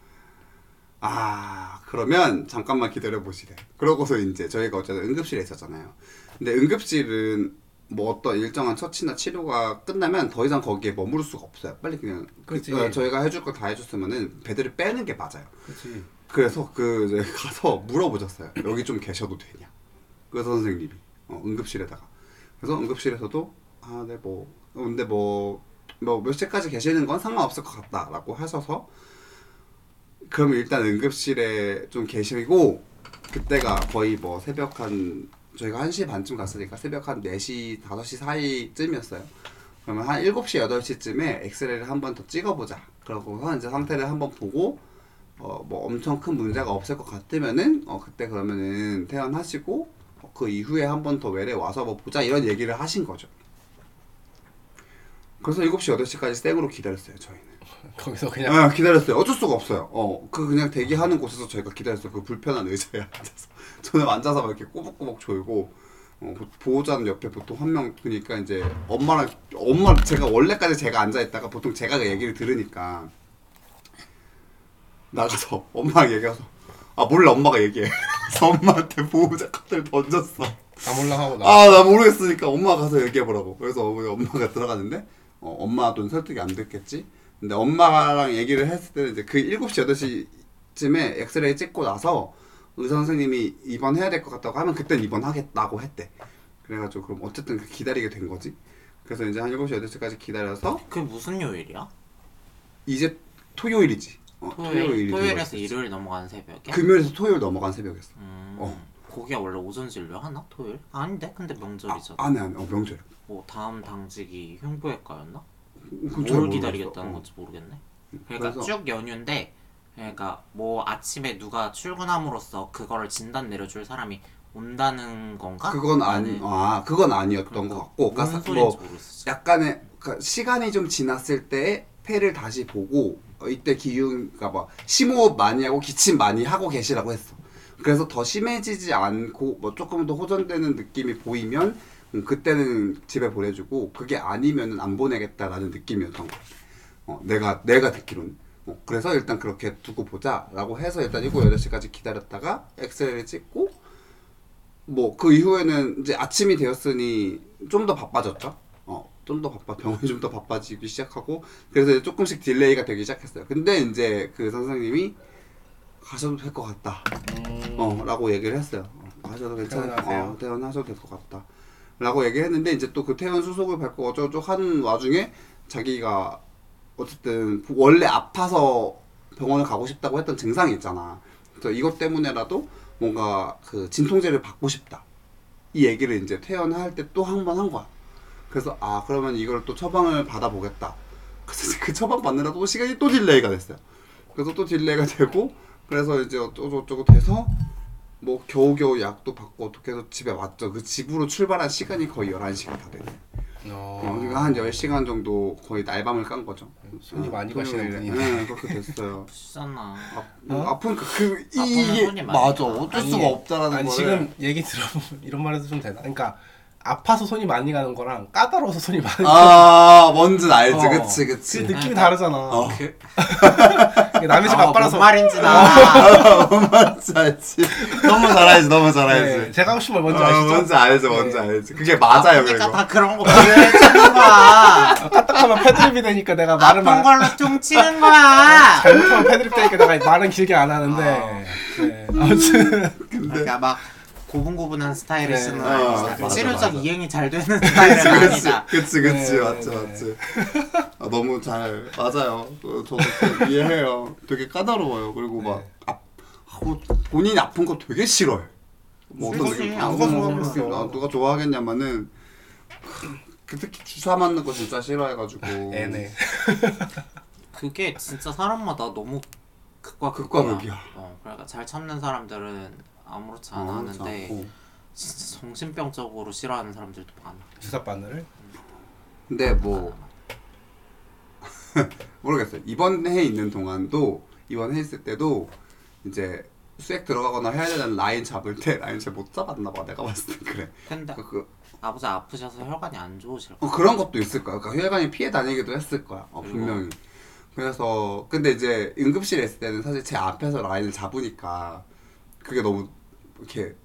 아 그러면 잠깐만 기다려 보시래. 그러고서 이제 저희가 어쨌든 응급실에 있었잖아요. 근데 응급실은 뭐 어떤 일정한 처치나 치료가 끝나면 더 이상 거기에 머무를 수가 없어요. 빨리 그냥 그,
그치.
어, 저희가 해줄 거 다 해줬으면은 배들을 빼는 게 맞아요.
그렇지.
그래서 그 이제 가서 물어보셨어요. 여기 좀 계셔도 되냐? 의사 선생님이 어, 응급실에다가 그래서 응급실에서도 아네뭐 근데 뭐 뭐 몇 시까지 계시는 건 상관없을 것 같다라고 하셔서 그럼 일단 응급실에 좀 계시고 그때가 거의 뭐 새벽 한 저희가 1시 반쯤 갔으니까 새벽 한 4시 5시 사이쯤이었어요. 그러면 한 7시 8시쯤에 엑스레이를 한 번 더 찍어보자. 그러고서 이제 상태를 한번 보고 어 뭐 엄청 큰 문제가 없을 것 같으면은 어 그때 그러면은 퇴원하시고 어, 그 이후에 한 번 더 외래 와서 뭐 보자 이런 얘기를 하신 거죠. 그래서 7시 8시까지 생으로 기다렸어요 저희는.
거기서 그냥
아, 기다렸어요. 어쩔 수가 없어요. 어, 그 그냥 대기하는 곳에서 저희가 기다렸어요. 그 불편한 의자에 앉아서. 저는 앉아서 막 이렇게 꼬박꼬박 졸고, 어, 보- 보호자는 옆에 보통 한 명, 그러니까 이제 엄마랑, 엄마, 제가 원래까지 제가 앉아있다가 보통 제가 그 얘기를 들으니까 나가서 엄마랑 얘기해서, 아, 몰라, 엄마가 얘기해. 그래서 엄마한테 보호자 카드를 던졌어.
안 올라가고 나.
아, 나 모르겠으니까 엄마 가서 얘기해보라고. 그래서 우리 엄마가 들어갔는데, 어, 엄마 돈 설득이 안 됐겠지? 근데 엄마랑 얘기를 했을 때는 이제 그 7시, 8시쯤에 엑스레이 찍고 나서 의사 선생님이 입원해야 될 것 같다고 하면 그땐 입원하겠다고 했대. 그래가지고 그럼 어쨌든 기다리게 된 거지. 그래서 이제 한 7시, 8시까지 기다려서
그게 무슨 요일이야?
이제 토요일이지. 어,
토요일,
토요일이
토요일에서
들어갔었지.
일요일 넘어가는 새벽에?
금요일에서 토요일 넘어간 새벽이었어.
음,
어.
거기가 원래 오전 진료 하나? 토요일? 아닌데? 근데 명절이잖아
아, 아니, 아니, 어, 명절.
뭐 다음 당직이 흉부외과였나?
그건 잘
뭘
모르겠어.
기다리겠다는
어.
건지 모르겠네. 그러니까
그래서-
쭉 연휴인데 그러니까 뭐 아침에 누가 출근함으로써 그거를 진단 내려줄 사람이 온다는 건가?
그건 아니, 아, 그건 아니었던 것 같고,
무슨
그러니까
음. 소리인지
뭐
모르겠어.
약간의 그러니까 시간이 좀 지났을 때 폐를 다시 보고 어, 이때 기운 그러니까 막 심호흡 많이 하고 기침 많이 하고 계시라고 했어. 그래서 더 심해지지 않고 뭐 조금 더 호전되는 느낌이 보이면 음, 그때는 집에 보내주고 그게 아니면은 안 보내겠다라는 느낌이었던 거. 어, 내가 내가 듣기로는. 어, 그래서 일단 그렇게 두고 보자라고 해서 일단 7, 8시까지 기다렸다가 엑스레이를 찍고 뭐 그 이후에는 이제 아침이 되었으니 좀 더 바빠졌죠. 어, 좀 더 바빠 병원이 좀 더 바빠지기 시작하고 그래서 이제 조금씩 딜레이가 되기 시작했어요. 근데 이제 그 선생님이 가셔도 될 것 같다.
음,
어, 라고 얘기를 했어요. 어, 가셔도 괜찮아요.
퇴원하세요.
어, 퇴원하셔도 될 것 같다. 라고 얘기했는데 이제 또 그 퇴원 수속을 밟고 어쩌고저쩌고 하는 와중에 자기가 어쨌든 원래 아파서 병원을 가고 싶다고 했던 증상이 있잖아. 그래서 이것 때문에라도 뭔가 그 진통제를 받고 싶다. 이 얘기를 이제 퇴원할 때 또 한 번 한 거야. 그래서 아 그러면 이걸 또 처방을 받아보겠다. 그래서 그 처방 받느라 또 시간이 또 딜레이가 됐어요. 그래서 또 딜레이가 되고 그래서 이제 어쩌고 저쩌고 돼서 뭐 겨우겨우 약도 받고 어떻게 해서 집에 왔죠. 그 집으로 출발한 시간이 거의 11시가 다 되네.
어.
어, 그러니까 한 10시간 정도 거의 날밤을 깐 거죠.
손이 많이
토요일에.
가시는 분이네.
네, 그렇게 됐어요.
비싸나.
아,
어?
아프니까 그
아프면
이- 이게
손이 많이
맞아.
가.
어쩔
아니,
수가 없다라는
아니
거를
지금 얘기 들어보면 이런 말해도 좀 되나? 그러니까 아파서 손이 많이 가는 거랑 까다로워서 손이 많이 가는
아, 뭔지 알지.
어,
그치, 어.
그
그치.
느낌이 다르잖아.
그,
남의 집
아,
아빠라서
뭔 말인지
어.
나.
아, 뭔지 알지. 너무 잘 알지. 너무 잘 알지.
네, 제가 혹시 말
어,
뭔지 아시죠?
뭔지 알지. 뭔지
네.
알지. 그게 맞아요.
그러니까
그리고.
다 그런 거 보여주는 거야.
아, 까딱하면 패드립이 되니까 내가 말을
아픈
말
걸로 퉁치는 거야.
잘못하면 패드립 되니까 내가 말은 길게 안 하는데 네. 아무튼
그러니까 막 고분고분한 스타일을
네.
쓰는
어,
아니죠.
맞아,
치료적
맞아.
이행이 잘 되는
그치,
스타일은
그치,
아니다.
그치, 그치,
네,
맞지,
네,
맞지. 아, 너무 잘 맞아요. 어, 저도 그 이해해요. 되게 까다로워요. 그리고 막
네.
아, 하고 본인이 아픈 거 되게 싫어해. 뭐 어떤
그치,
느낌?
안
누가
좋아하겠어.
좋아하겠어? 아, 누가 좋아하겠냐면은 그 특히 주사
네,
맞는 거 진짜 싫어해가지고.
애네
그게 진짜 사람마다 너무 극과
극과
극이야.
극이야.
어, 그러니까 잘 참는 사람들은 아무렇지
어,
않아
그렇지
하는데
그렇죠.
않고.
진짜 정신병적으로 싫어하는 사람들도 많아.
주사 바늘을
근데 뭐 모르겠어요. 이번 해 있는 동안도 이번 해 있을 때도 이제 수액 들어가거나 해야 되는 라인 잡을 때 라인 잘 못 잡았나 봐. 내가 봤을 때 그래.
근데
그러니까 그,
아버지 아프셔서 혈관이 안 좋으실
어,
거예요.
그런 것도 있을 거야. 그러니까 혈관이 피해 다니기도 했을 거야.
음.
어, 분명히. 그래서 근데 이제 응급실에 있을 때는 사실 제 앞에서 라인을 잡으니까 그게 너무 이렇게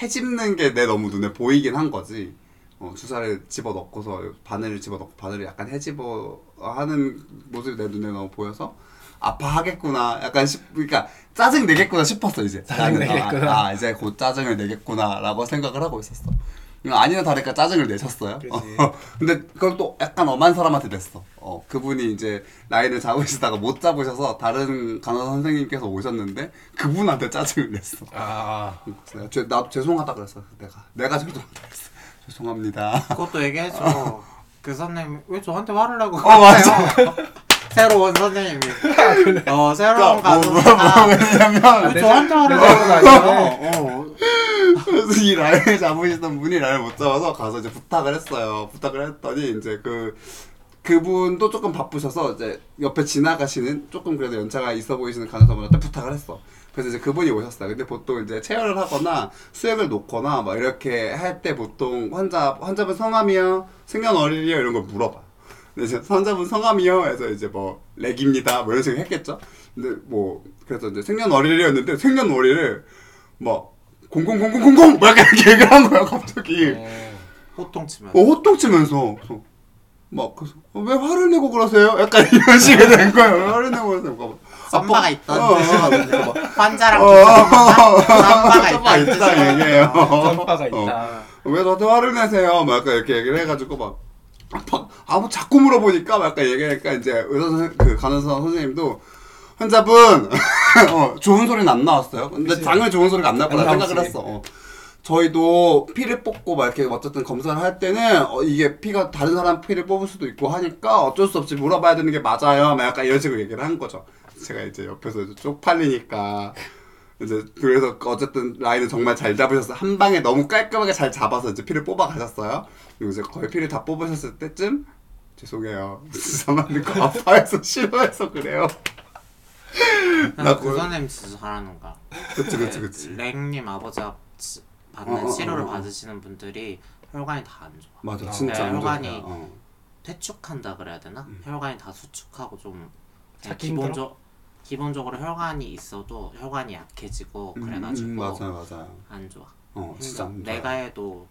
해집는 게 내 너무 눈에 보이긴 한 거지. 어, 주사를 집어 넣고서 바늘을 집어 넣고 바늘을 약간 해집어 하는 모습이 내 눈에 너무 보여서 아파하겠구나. 약간 싶, 그러니까 짜증 내겠구나 싶었어 이제.
짜증
나는, 아,
내겠구나.
아, 이제 곧 짜증을 내겠구나라고 생각을 하고 있었어. 아니나 다를까 짜증을 내셨어요.
그지.
근데 그걸 또 약간 엄한 사람한테 냈어. 어, 그분이 이제 라인을 잡으시다가 못 잡으셔서 다른 간호사 선생님께서 오셨는데 그분한테 짜증을 냈어.
아
그래서 제, 나 죄송하다 그랬어. 내가 내가 죄송하다 그랬어. 죄송합니다.
그것도 얘기해줘. 그 선생님 왜 저한테 화를 내고
어, 맞아.
그러세요? 새로운 선생님이 어 새로운
그러니까 뭐, 뭐,
간호사
왜냐면
왜 저한테 화를
내
내고
생각은
다녀요? 어.
그래서 이 라인을 잡으시던 분이 라인을 못 잡아서 가서 이제 부탁을 했어요. 부탁을 했더니 이제 그 그분도 조금 바쁘셔서 이제 옆에 지나가시는 조금 그래도 연차가 있어 보이시는 간호사분한테 부탁을 했어. 그래서 이제 그분이 오셨어요. 근데 보통 이제 체열을 하거나 수액을 놓거나 막 이렇게 할 때 보통 환자 환자분 성함이요, 생년월일이요 이런 걸 물어봐. 근데 이제 환자분 성함이요 해서 이제 뭐 렉입니다 뭐 이런 식으로 했겠죠. 근데 뭐 그래서 이제 생년월일이었는데 생년월일을 막 000000 막 이렇게 얘기를 한 거야 갑자기.
네.
호통 치면
어, 호통 치면서 그래서 막 그래서 어, 왜 화를 내고 그러세요? 약간 이런 식이 된 거예요. 왜 화를 내고 그러세요? 그러니까 막
썸바가
아빠-
있던
어, 어, 어,
뜻이거든요.
그러니까 막
환자랑
어.
쌈바가
아빠가
있다는
있다
뜻이거든요.
얘기예요.
전파가
어.
있다
왜 저한테 화를 내세요? 막 약간 이렇게 얘기를 해가지고 막 아빠 아무 자꾸 물어보니까 막 약간 얘기하니까 이제 의사 선생 그 간호사 선생님도 환자분 어, 좋은 소리는 안 나왔어요. 근데
그치.
당연히 좋은 소리가 안 나올 거라
안 나오지.
생각을 했어. 어. 저희도 피를 뽑고 막 이렇게 어쨌든 검사를 할 때는 어, 이게 피가 다른 사람 피를 뽑을 수도 있고 하니까 어쩔 수 없이 물어봐야 되는 게 맞아요. 막 약간 이런 식으로 얘기를 한 거죠. 제가 이제 옆에서 이제 쪽팔리니까 이제 그래서 어쨌든 라인을 정말 잘 잡으셨어요. 한 방에 너무 깔끔하게 잘 잡아서 이제 피를 뽑아 가셨어요. 그리고 이제 거의 피를 다 뽑으셨을 때쯤 죄송해요. 주사 맞는 거 아파해서 싫어해서 그래요. 나
그
그거-
선생님 진짜 잘하는 거야.
그치 그치 그치.
랭님 아버지가 치- 받는
어, 어,
치료를
어, 어.
받으시는 분들이 혈관이 다 안 좋아.
맞아
아,
진짜 안
어, 네, 혈관이-
좋아요. 어.
퇴축한다 그래야 되나?
음.
혈관이 다 수축하고 좀 그냥
찾기
기본적 기본적으로 혈관이 있어도 혈관이 약해지고
음,
뭐 그래가지고
음, 맞아요 맞아요.
안 좋아.
어 진짜 안
힘들어.
좋아요.
내가 해도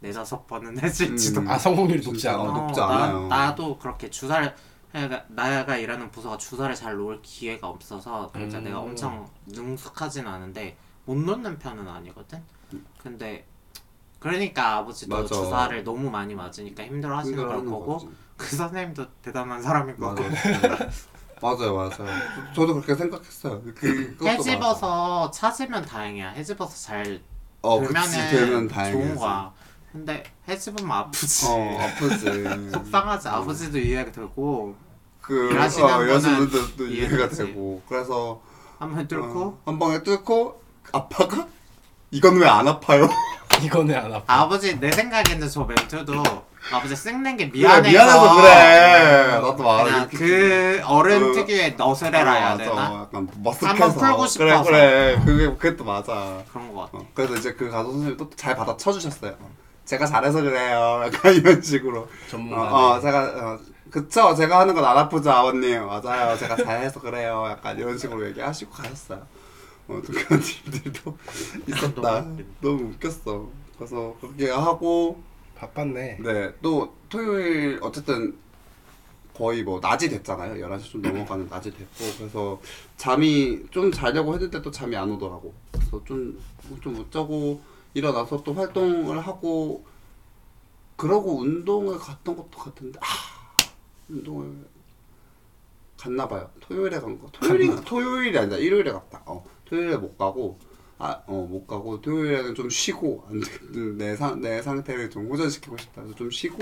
네 다섯 번은 해질지도.
음.
아 성공률이 높지
진짜.
않아
어, 높지 않아요.
나, 도 그렇게 주사를 내가, 나가 일하는 부서가 주사를 잘 놓을 기회가 없어서 그러니까
음.
내가 엄청 능숙하진 않은데 못 놓는 편은 아니거든. 근데 그러니까 아버지도
맞아.
주사를 너무 많이 맞으니까 힘들어하시는 걸
힘들어하는
거고
거지.
그 선생님도 대단한 사람인 거고
맞아요. 네. 맞아요, 맞아요. 저- 저도 그렇게 생각했어요. 그, 그것도 맞아요.
해집어서 찾으면 다행이야. 해집어서 잘
어,
들면은
그치, 되면 다행이지.
좋은 거야. 근데 해집으면 아프지.
어, 아프지.
속상하지 아버지도 이해가 되고
그,
일하시는
어,
분은
여자분들도 이해가
이해되지.
되고. 그래서,
한번 뚫고
어, 한 방에 뚫고, 아파가? 이건 왜 안 아파요?
이거는 안 아파
아버지 내 생각에는 저 멘트도 아버지 쓱낸 게
그래,
미안해서 음,
미안해서 그래. 나도 말하
그냥 그 어른
그-
특유의 너스레라 해야 되나
아, 약간 머쓱해서.
한번 풀고
그래,
싶어서.
그래. 그게, 그게 또 맞아.
그런 거 같아.
어, 그래서 이제 그 가수 선생님이 또 잘 받아 쳐주셨어요. 제가 잘해서 그래요. 약간 이런 식으로. 어,
전문가네.
어 제가 어, 그쵸. 제가 하는 건 안 아프죠, 아버님. 맞아요. 제가 잘해서 그래요. 약간 이런 식으로 얘기하시고 가셨어요. 어, 또 그런 일들도 있었다.
너무 웃긴다.
너무 웃겼어. 그래서 그렇게 하고
바빴네
네, 또 토요일 어쨌든 거의 뭐 낮이 됐잖아요. 11시 좀 넘어가는 낮이 됐고 그래서 잠이 좀 자려고 했는데 또 잠이 안 오더라고. 그래서 좀좀못 자고 일어나서 또 활동을 하고 그러고 운동을 갔던 것도 같은데 아, 운동을 갔나 봐요. 토요일에 간 거. 토요일이 토요일이 아니다. 일요일에 갔다. 어. 토요일에 못 가고 아, 어, 못 가고 토요일에는 좀 쉬고 안 돼. 내, 상, 내 상태를 좀 호전시키고 싶다 해서 좀 쉬고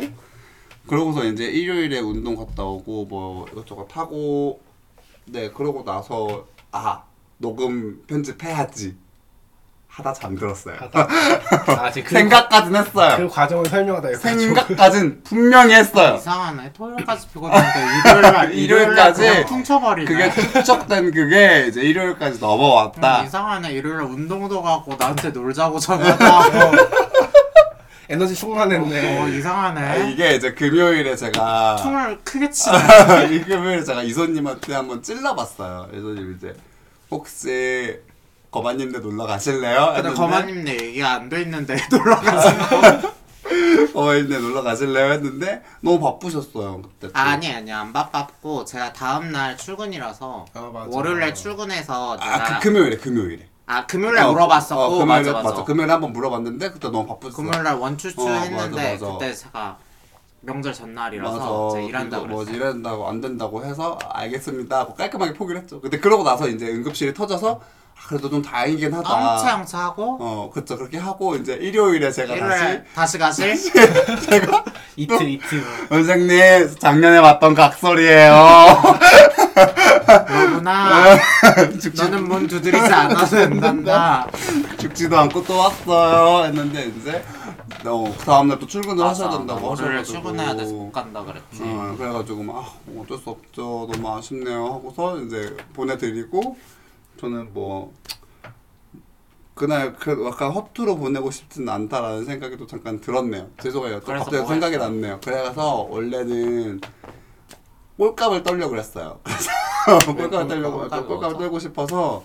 그러고서 이제 일요일에 운동 갔다 오고 뭐 이것저것 하고 네, 그러고 나서 아 녹음 편집해야지 하다 잠들었어요.
하다. 아 지금 그,
생각까진
그
했어요.
과정을 설명하다 여기까지
생각까진 분명히 했어요.
이상하네. 토요일까지 피곤했는데 일요일날 일요일날
일요일까지
그냥 퉁쳐버리네.
그게 축적된 그게 이제 일요일까지
음,
넘어왔다.
이상하네. 일요일날 운동도 가고 나한테 놀자고
어,
전화하고
에너지
어,
충만했네.
아,
이상하네.
이게 아, 이제 금요일에 제가
퉁을 크게 치네.
이 금요일에 제가 이소님한테 한번 찔러봤어요. 이소님 이제 혹시 거만님네 놀러 가실래요?
근데
했는데
거마님네 얘기가 안 돼 있는데 놀러 가서
거만님네 놀러 가실래요? 했는데 너무 바쁘셨어요 그때. 또.
아니 아니 안 바빴고 제가 다음 날 출근이라서
아, 맞아.
월요일에 출근해서
아,
내가
그 금요일에 금요일에.
아 금요일날
어,
물어봤었고
어, 금요일에,
맞아 맞아,
금요일에 한번 물어봤는데 그때 너무 바쁘셨어요.
금요일날 원추추
어, 맞아,
했는데
맞아.
그때 제가 명절 전날이라서
맞아.
제가 일한다고
그래서 뭐지
그랬어요
일한다고 안 된다고 해서 아, 알겠습니다. 하고 깔끔하게 포기를 했죠. 근데 그러고 나서 이제 응급실이 터져서 아, 그래도 좀 다행이긴 하다.
엄청 엄차하고
어, 그쵸. 그렇게 하고 이제 일요일에 제가 다시
일요일에 다시 가실?
이틀 이틀.
원장님 작년에 봤던 각설이에요.
그러구나
죽지,
너는 문 두드리지 않아도 된단다
죽지도 않고 또 왔어요. 했는데 이제 어, 그 다음날 또 출근을
맞아.
하셔야 된다고
월요일에
하셔가지고
뭐 출근해야 돼서 못 간다 그랬지
어, 그래가지고 막 아, 어쩔 수 없죠 너무 아쉽네요 하고서 이제 보내드리고 저는 뭐 그날 그 약간 허투루 보내고 싶진 않다라는 생각이 또 잠깐 들었네요 죄송해요 또
그래서
갑자기
뭐
생각이 났네요 그래서 원래는 꼴값을 떨려고 그랬어요 그래서 꼴값을 떨려고
네, 꼴값이
꼴값을
뭐죠?
떨고 싶어서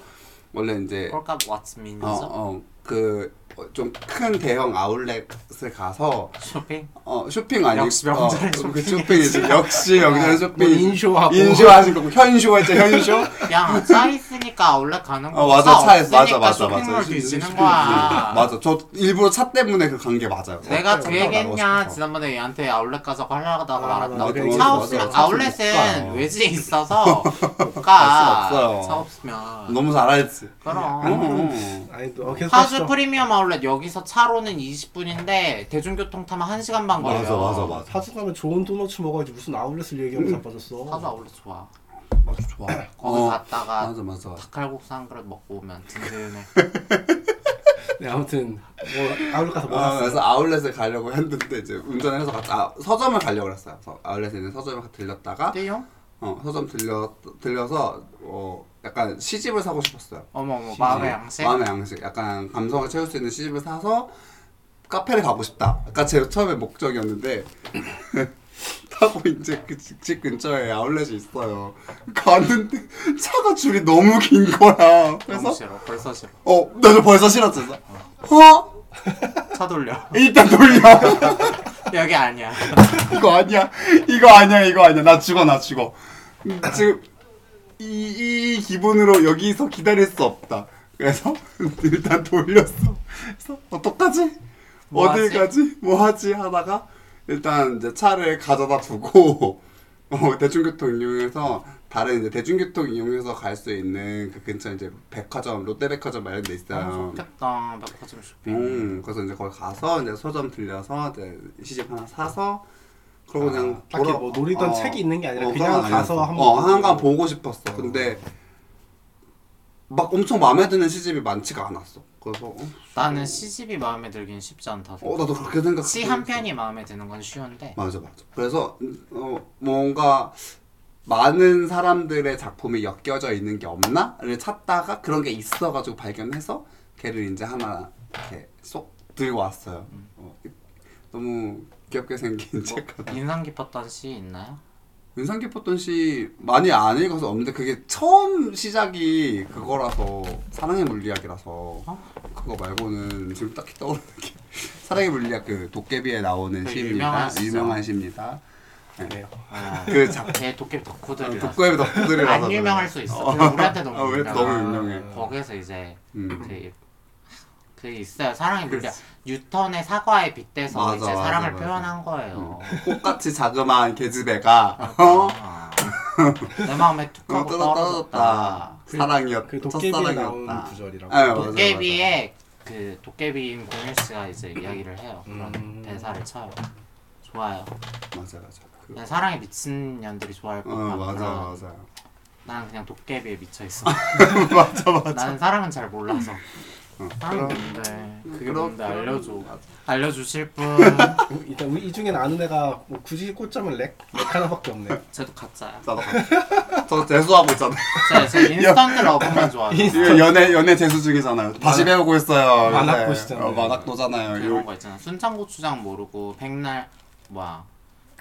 원래 이제
꼴값 왓츠민이죠?
어 어 그 좀 큰 대형 아울렛을 가서
쇼핑?
어 쇼핑 아니고
역시 명절에
어,
쇼핑. 어,
그 쇼핑이지 역시 명절에
뭐
쇼핑
인쇼하고.
인쇼하신 거고 현쇼 했죠 현쇼
야, 차 있으니까 아울렛 가는 거.
어 맞아 차에 맞아
없으니까
맞아 맞아
쇼핑몰
쇼-
뒤지는
쇼핑-
거야.
맞아 저 일부러 차 때문에 그 간 게 맞아요
내가 그
어떻게 나가고
얘기했냐
싶어서.
지난번에 얘한테 아울렛 가서 하려다가
아,
말았다 고
맞아, 맞아,
차
맞아.
없으면
네, 차 못
아울렛은
가.
외지에 있어서
갈수
못가
없어요. 뭐,
차 없으면
너무 잘알지 뭐,
그럼
아니 어, 계속
파주
하시죠.
프리미엄 아울렛 여기서 차로는 20분인데 대중교통 타면 1시간 반 걸려
맞아 맞아 맞아
파주 가면 좋은 도넛 먹어야지 무슨 아울렛을 얘기하고 자빠졌어.
파주 아울렛 좋아
맞아 좋아
거기
어,
갔다가
맞아 맞아
닭칼국수 한 그릇 먹고 오면 든든해
네 아무튼 뭐 아울렛 가서 뭐
아,
했어요?
그래서 아울렛을 가려고 했는데 이제 운전을 해서 갔다 아, 서점을 가려고 그랬어요 서- 아울렛에 있는 서점에 들렸다가
띠용?
어, 서점 들려 들려서 어 약간 시집을 사고 싶었어요.
어머머 마음의 양식?
네, 마음의 양식. 약간 감성을 채울 수 있는 시집을 사서 카페를 가고 싶다. 아까 제 처음에 목적이었는데 타고 이제 그 집 근처에 아울렛이 있어요. 갔는데 차가 줄이 너무 긴 거야.
너무
그래서
싫어 벌써 싫어
어 나도 벌써 싫었어. 그래서 어
차 돌려
일단 돌려.
여기 아니야
이거 아니야. 이거 아니야. 이거 아니야. 나 죽어. 나 죽어. 지금 이, 이 기분으로 여기서 기다릴 수 없다. 그래서 일단 돌렸어. 그래서 어떡하지?
뭐
어딜
하지?
가지? 뭐 하지? 하다가 일단 이제 차를 가져다 두고 어, 대중교통 이용해서 다른 이제 대중교통 이용해서 갈 수 있는 그 근처 이제 백화점 롯데백화점 마련돼
아,
있어요.
좋겠다 백화점 쇼핑
음, 그래서 이제 거기 가서 이제 서점 들려서 이제 시집 하나 사서 그러고 그냥
딱히 뭐 노리던 책이 있는 게 아니라 그냥
그건 아니었어.
가서 한번
어,
보고. 음.
한강 보고 싶었어. 근데 막 엄청 마음에 드는 시집이 많지가 않았어. 그래서 어,
나는 시집이 마음에 들긴 쉽지 않다.
어 나도 그렇게 생각.
시 한 편이 마음에 드는 건 쉬운데
맞아 맞아. 그래서 어, 뭔가 많은 사람들의 작품이 엮여져 있는 게 없나를 찾다가 그런 게 있어가지고 발견해서 걔를 이제 하나 이렇게 쏙 들고 왔어요.
음.
어, 너무 귀엽게
뭐?
생긴 책.
인상 깊었던 시 있나요?
인상 깊었던 시 많이 안 읽어서 없는데 그게 처음 시작이 그거라서 사랑의 물리학이라서
어?
그거 말고는 지금 딱히 떠오르는 게 사랑의 물리학 그 도깨비에 나오는
그
시입니다.
유명한 시죠.
유명한 시입니다.
그래요.
아,
그 작,
제 도깨비 덕후들이라서
아, 독거의 덕후들이라서
안 유명할 수 있어. 근데 우리한테 너무
아, 왜
유명하다.
너무 유명해.
거기서 이제
음.
그, 그 있어요. 사랑의 물리 뉴턴의 사과에 빗대서
맞아,
이제
맞아,
사랑을
맞아.
표현한 거예요.
꽃같이 자그마한 계집애가 어?
아, 내 마음에 툭
어,
하고
떨어-
떨어졌다.
떨어졌다 사랑이었
그 도깨비에 나온
첫사랑이었다
구절이라고.
아, 맞아, 맞아.
도깨비의 그 도깨비인 공유 씨가 이제 이야기를 해요. 그런
음.
대사를 쳐요. 좋아요.
맞아 맞아 그,
그냥 사랑에 미친 년들이 좋아할
어
법한
맞아
그런
맞아
난 그냥 도깨비에 미쳐 있어.
맞아 맞아.
나는 사랑은 잘 몰라서.
어,
사랑이
그럼-
뭔데? 그게
그런-
뭔데
그런-
알려줘.
맞아.
알려주실 분.
네. 일단 우리 이 중엔 아는 애가 뭐 굳이 꽂자면 렉? 렉 하나밖에 없네
저도 가짜야.
나도 같이. 저 재수하고 있잖아.
저, 저 인스턴트 러브만 좋아해요.
이거 연애 연애 재수 중이잖아요. 다시 배우고 있어요.
만학도시잖아요.
어, 만학도잖아요.
그런
요,
거 있잖아. 순창고추장 모르고 백날 뭐야?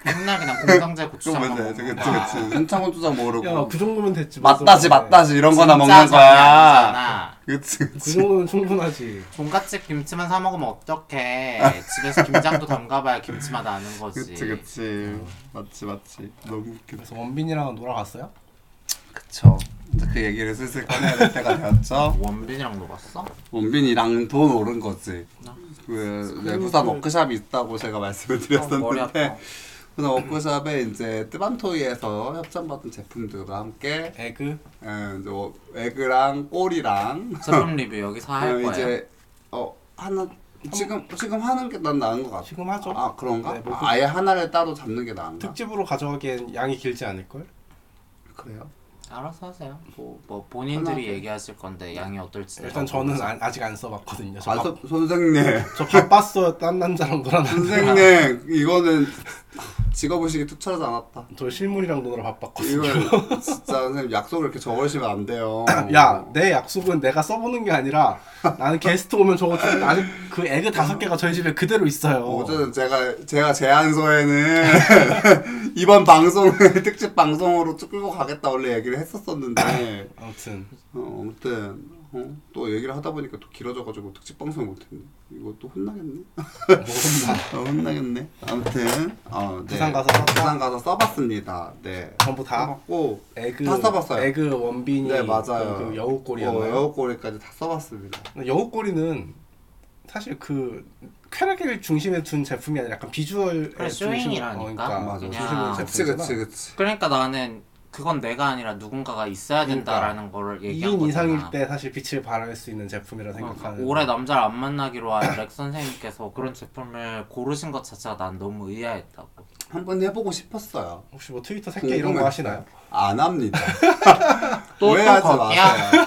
백날 그냥 공정제
그거
고추장만
뭔지
먹는
알지? 그치
거야.
그치. 순창호 주장 모르고.
야그 정도면 됐지
맞다지
벌써.
맞다지 이런
진짜
거나 먹는
장난
거야.
아니잖아.
그치
그
그치.
정도면 충분하지
종갓집 김치만 사 먹으면 어떡해. 집에서 김장도 담가봐야 김치맛 아는 거지.
그치 어. 그치. 맞지 맞지. 너무 웃겨.
그래서 원빈이랑 놀아갔어요?
그쵸. 이제 그 얘기를 슬슬 꺼내야 될 때가 되었죠.
원빈이랑 놀았어?
원빈이랑 돈 오른 거지.
나?
그 네, 부산 워크샵이 있다고 제가 말씀을
머리
드렸었는데
아파.
부산 워크샵에 이제 뜨밤토이에서 협찬받은 제품들과 함께
에그
에, 이제 뭐 에그랑 꼬리랑
제품 리뷰 여기서 할
어,
거예요.
이제 어 하나 지금 지금 하는 게 난 나은 것 같아.
지금 하죠
아 그런가?
네, 뭐
아, 아예 하나를 따로 잡는 게 나은가?
특집으로 가져가기엔 양이 길지 않을걸?
그래요?
알아서 하세요.
뭐
뭐 본인들이
편하게.
얘기하실 건데 양이 어떨지.
일단 저는 아, 아직 안 써봤거든요 저,
네, 그렇죠. 아,
바,
선- 선생님
저 바빴어요 딴 남자랑 놀아놨는데
선생님 이거는 직업의식이 투철하지 않았다.
저 실물이랑 노느라 바빴거든요
이거 진짜 선생님 약속을 이렇게 적으시면 안 돼요.
야 네. 내 약속은 내가 써보는 게 아니라 나는 게스트 오면 저거 좀- 나는 그 에그 다섯 개가 저희 집에 그대로 있어요
어쨌든 제가 제가 제안서에는 이번 방송을 특집 방송으로 쭉 끌고 가겠다 원래 얘기를 했었었는데
아무튼
어, 아무튼 어, 또 얘기를 하다 보니까 또 길어져가지고 특집 방송 못했네. 이거 또 혼나겠네.
모른다.
어, 혼나겠네. 아무튼 어, 네.
부산 가서 썼다?
부산 가서 써봤습니다. 네.
전부 다?
써봤고
에그
다 써봤어요.
에그 원빈이
네 맞아요.
그
어,
여우꼬리였나요?
여우꼬리까지 다 써봤습니다.
여우꼬리는 사실 그 쾌락을 중심에 둔 제품이 아니라 약간 그러니까 비주얼
그래, 쇼잉이라니까.
맞아.
그냥-
그치 그치 그치.
그러니까 나는 그건 내가 아니라 누군가가 있어야 된다라는 거를 얘기한
2인
거잖아. 그러니까
이상일 때 사실 빛을 발할 수 있는 제품이라 생각하는
올해 남자를 안 만나기로 한 렉 선생님께서 그런 제품을 고르신 것 자체가 난 너무 의아했다고.
한번 해보고 싶었어요.
혹시 뭐
그
트위터 새끼 이런 거
궁금해.
하시나요?
안 합니다.
또,
왜
또
하지
거기야?
마세요.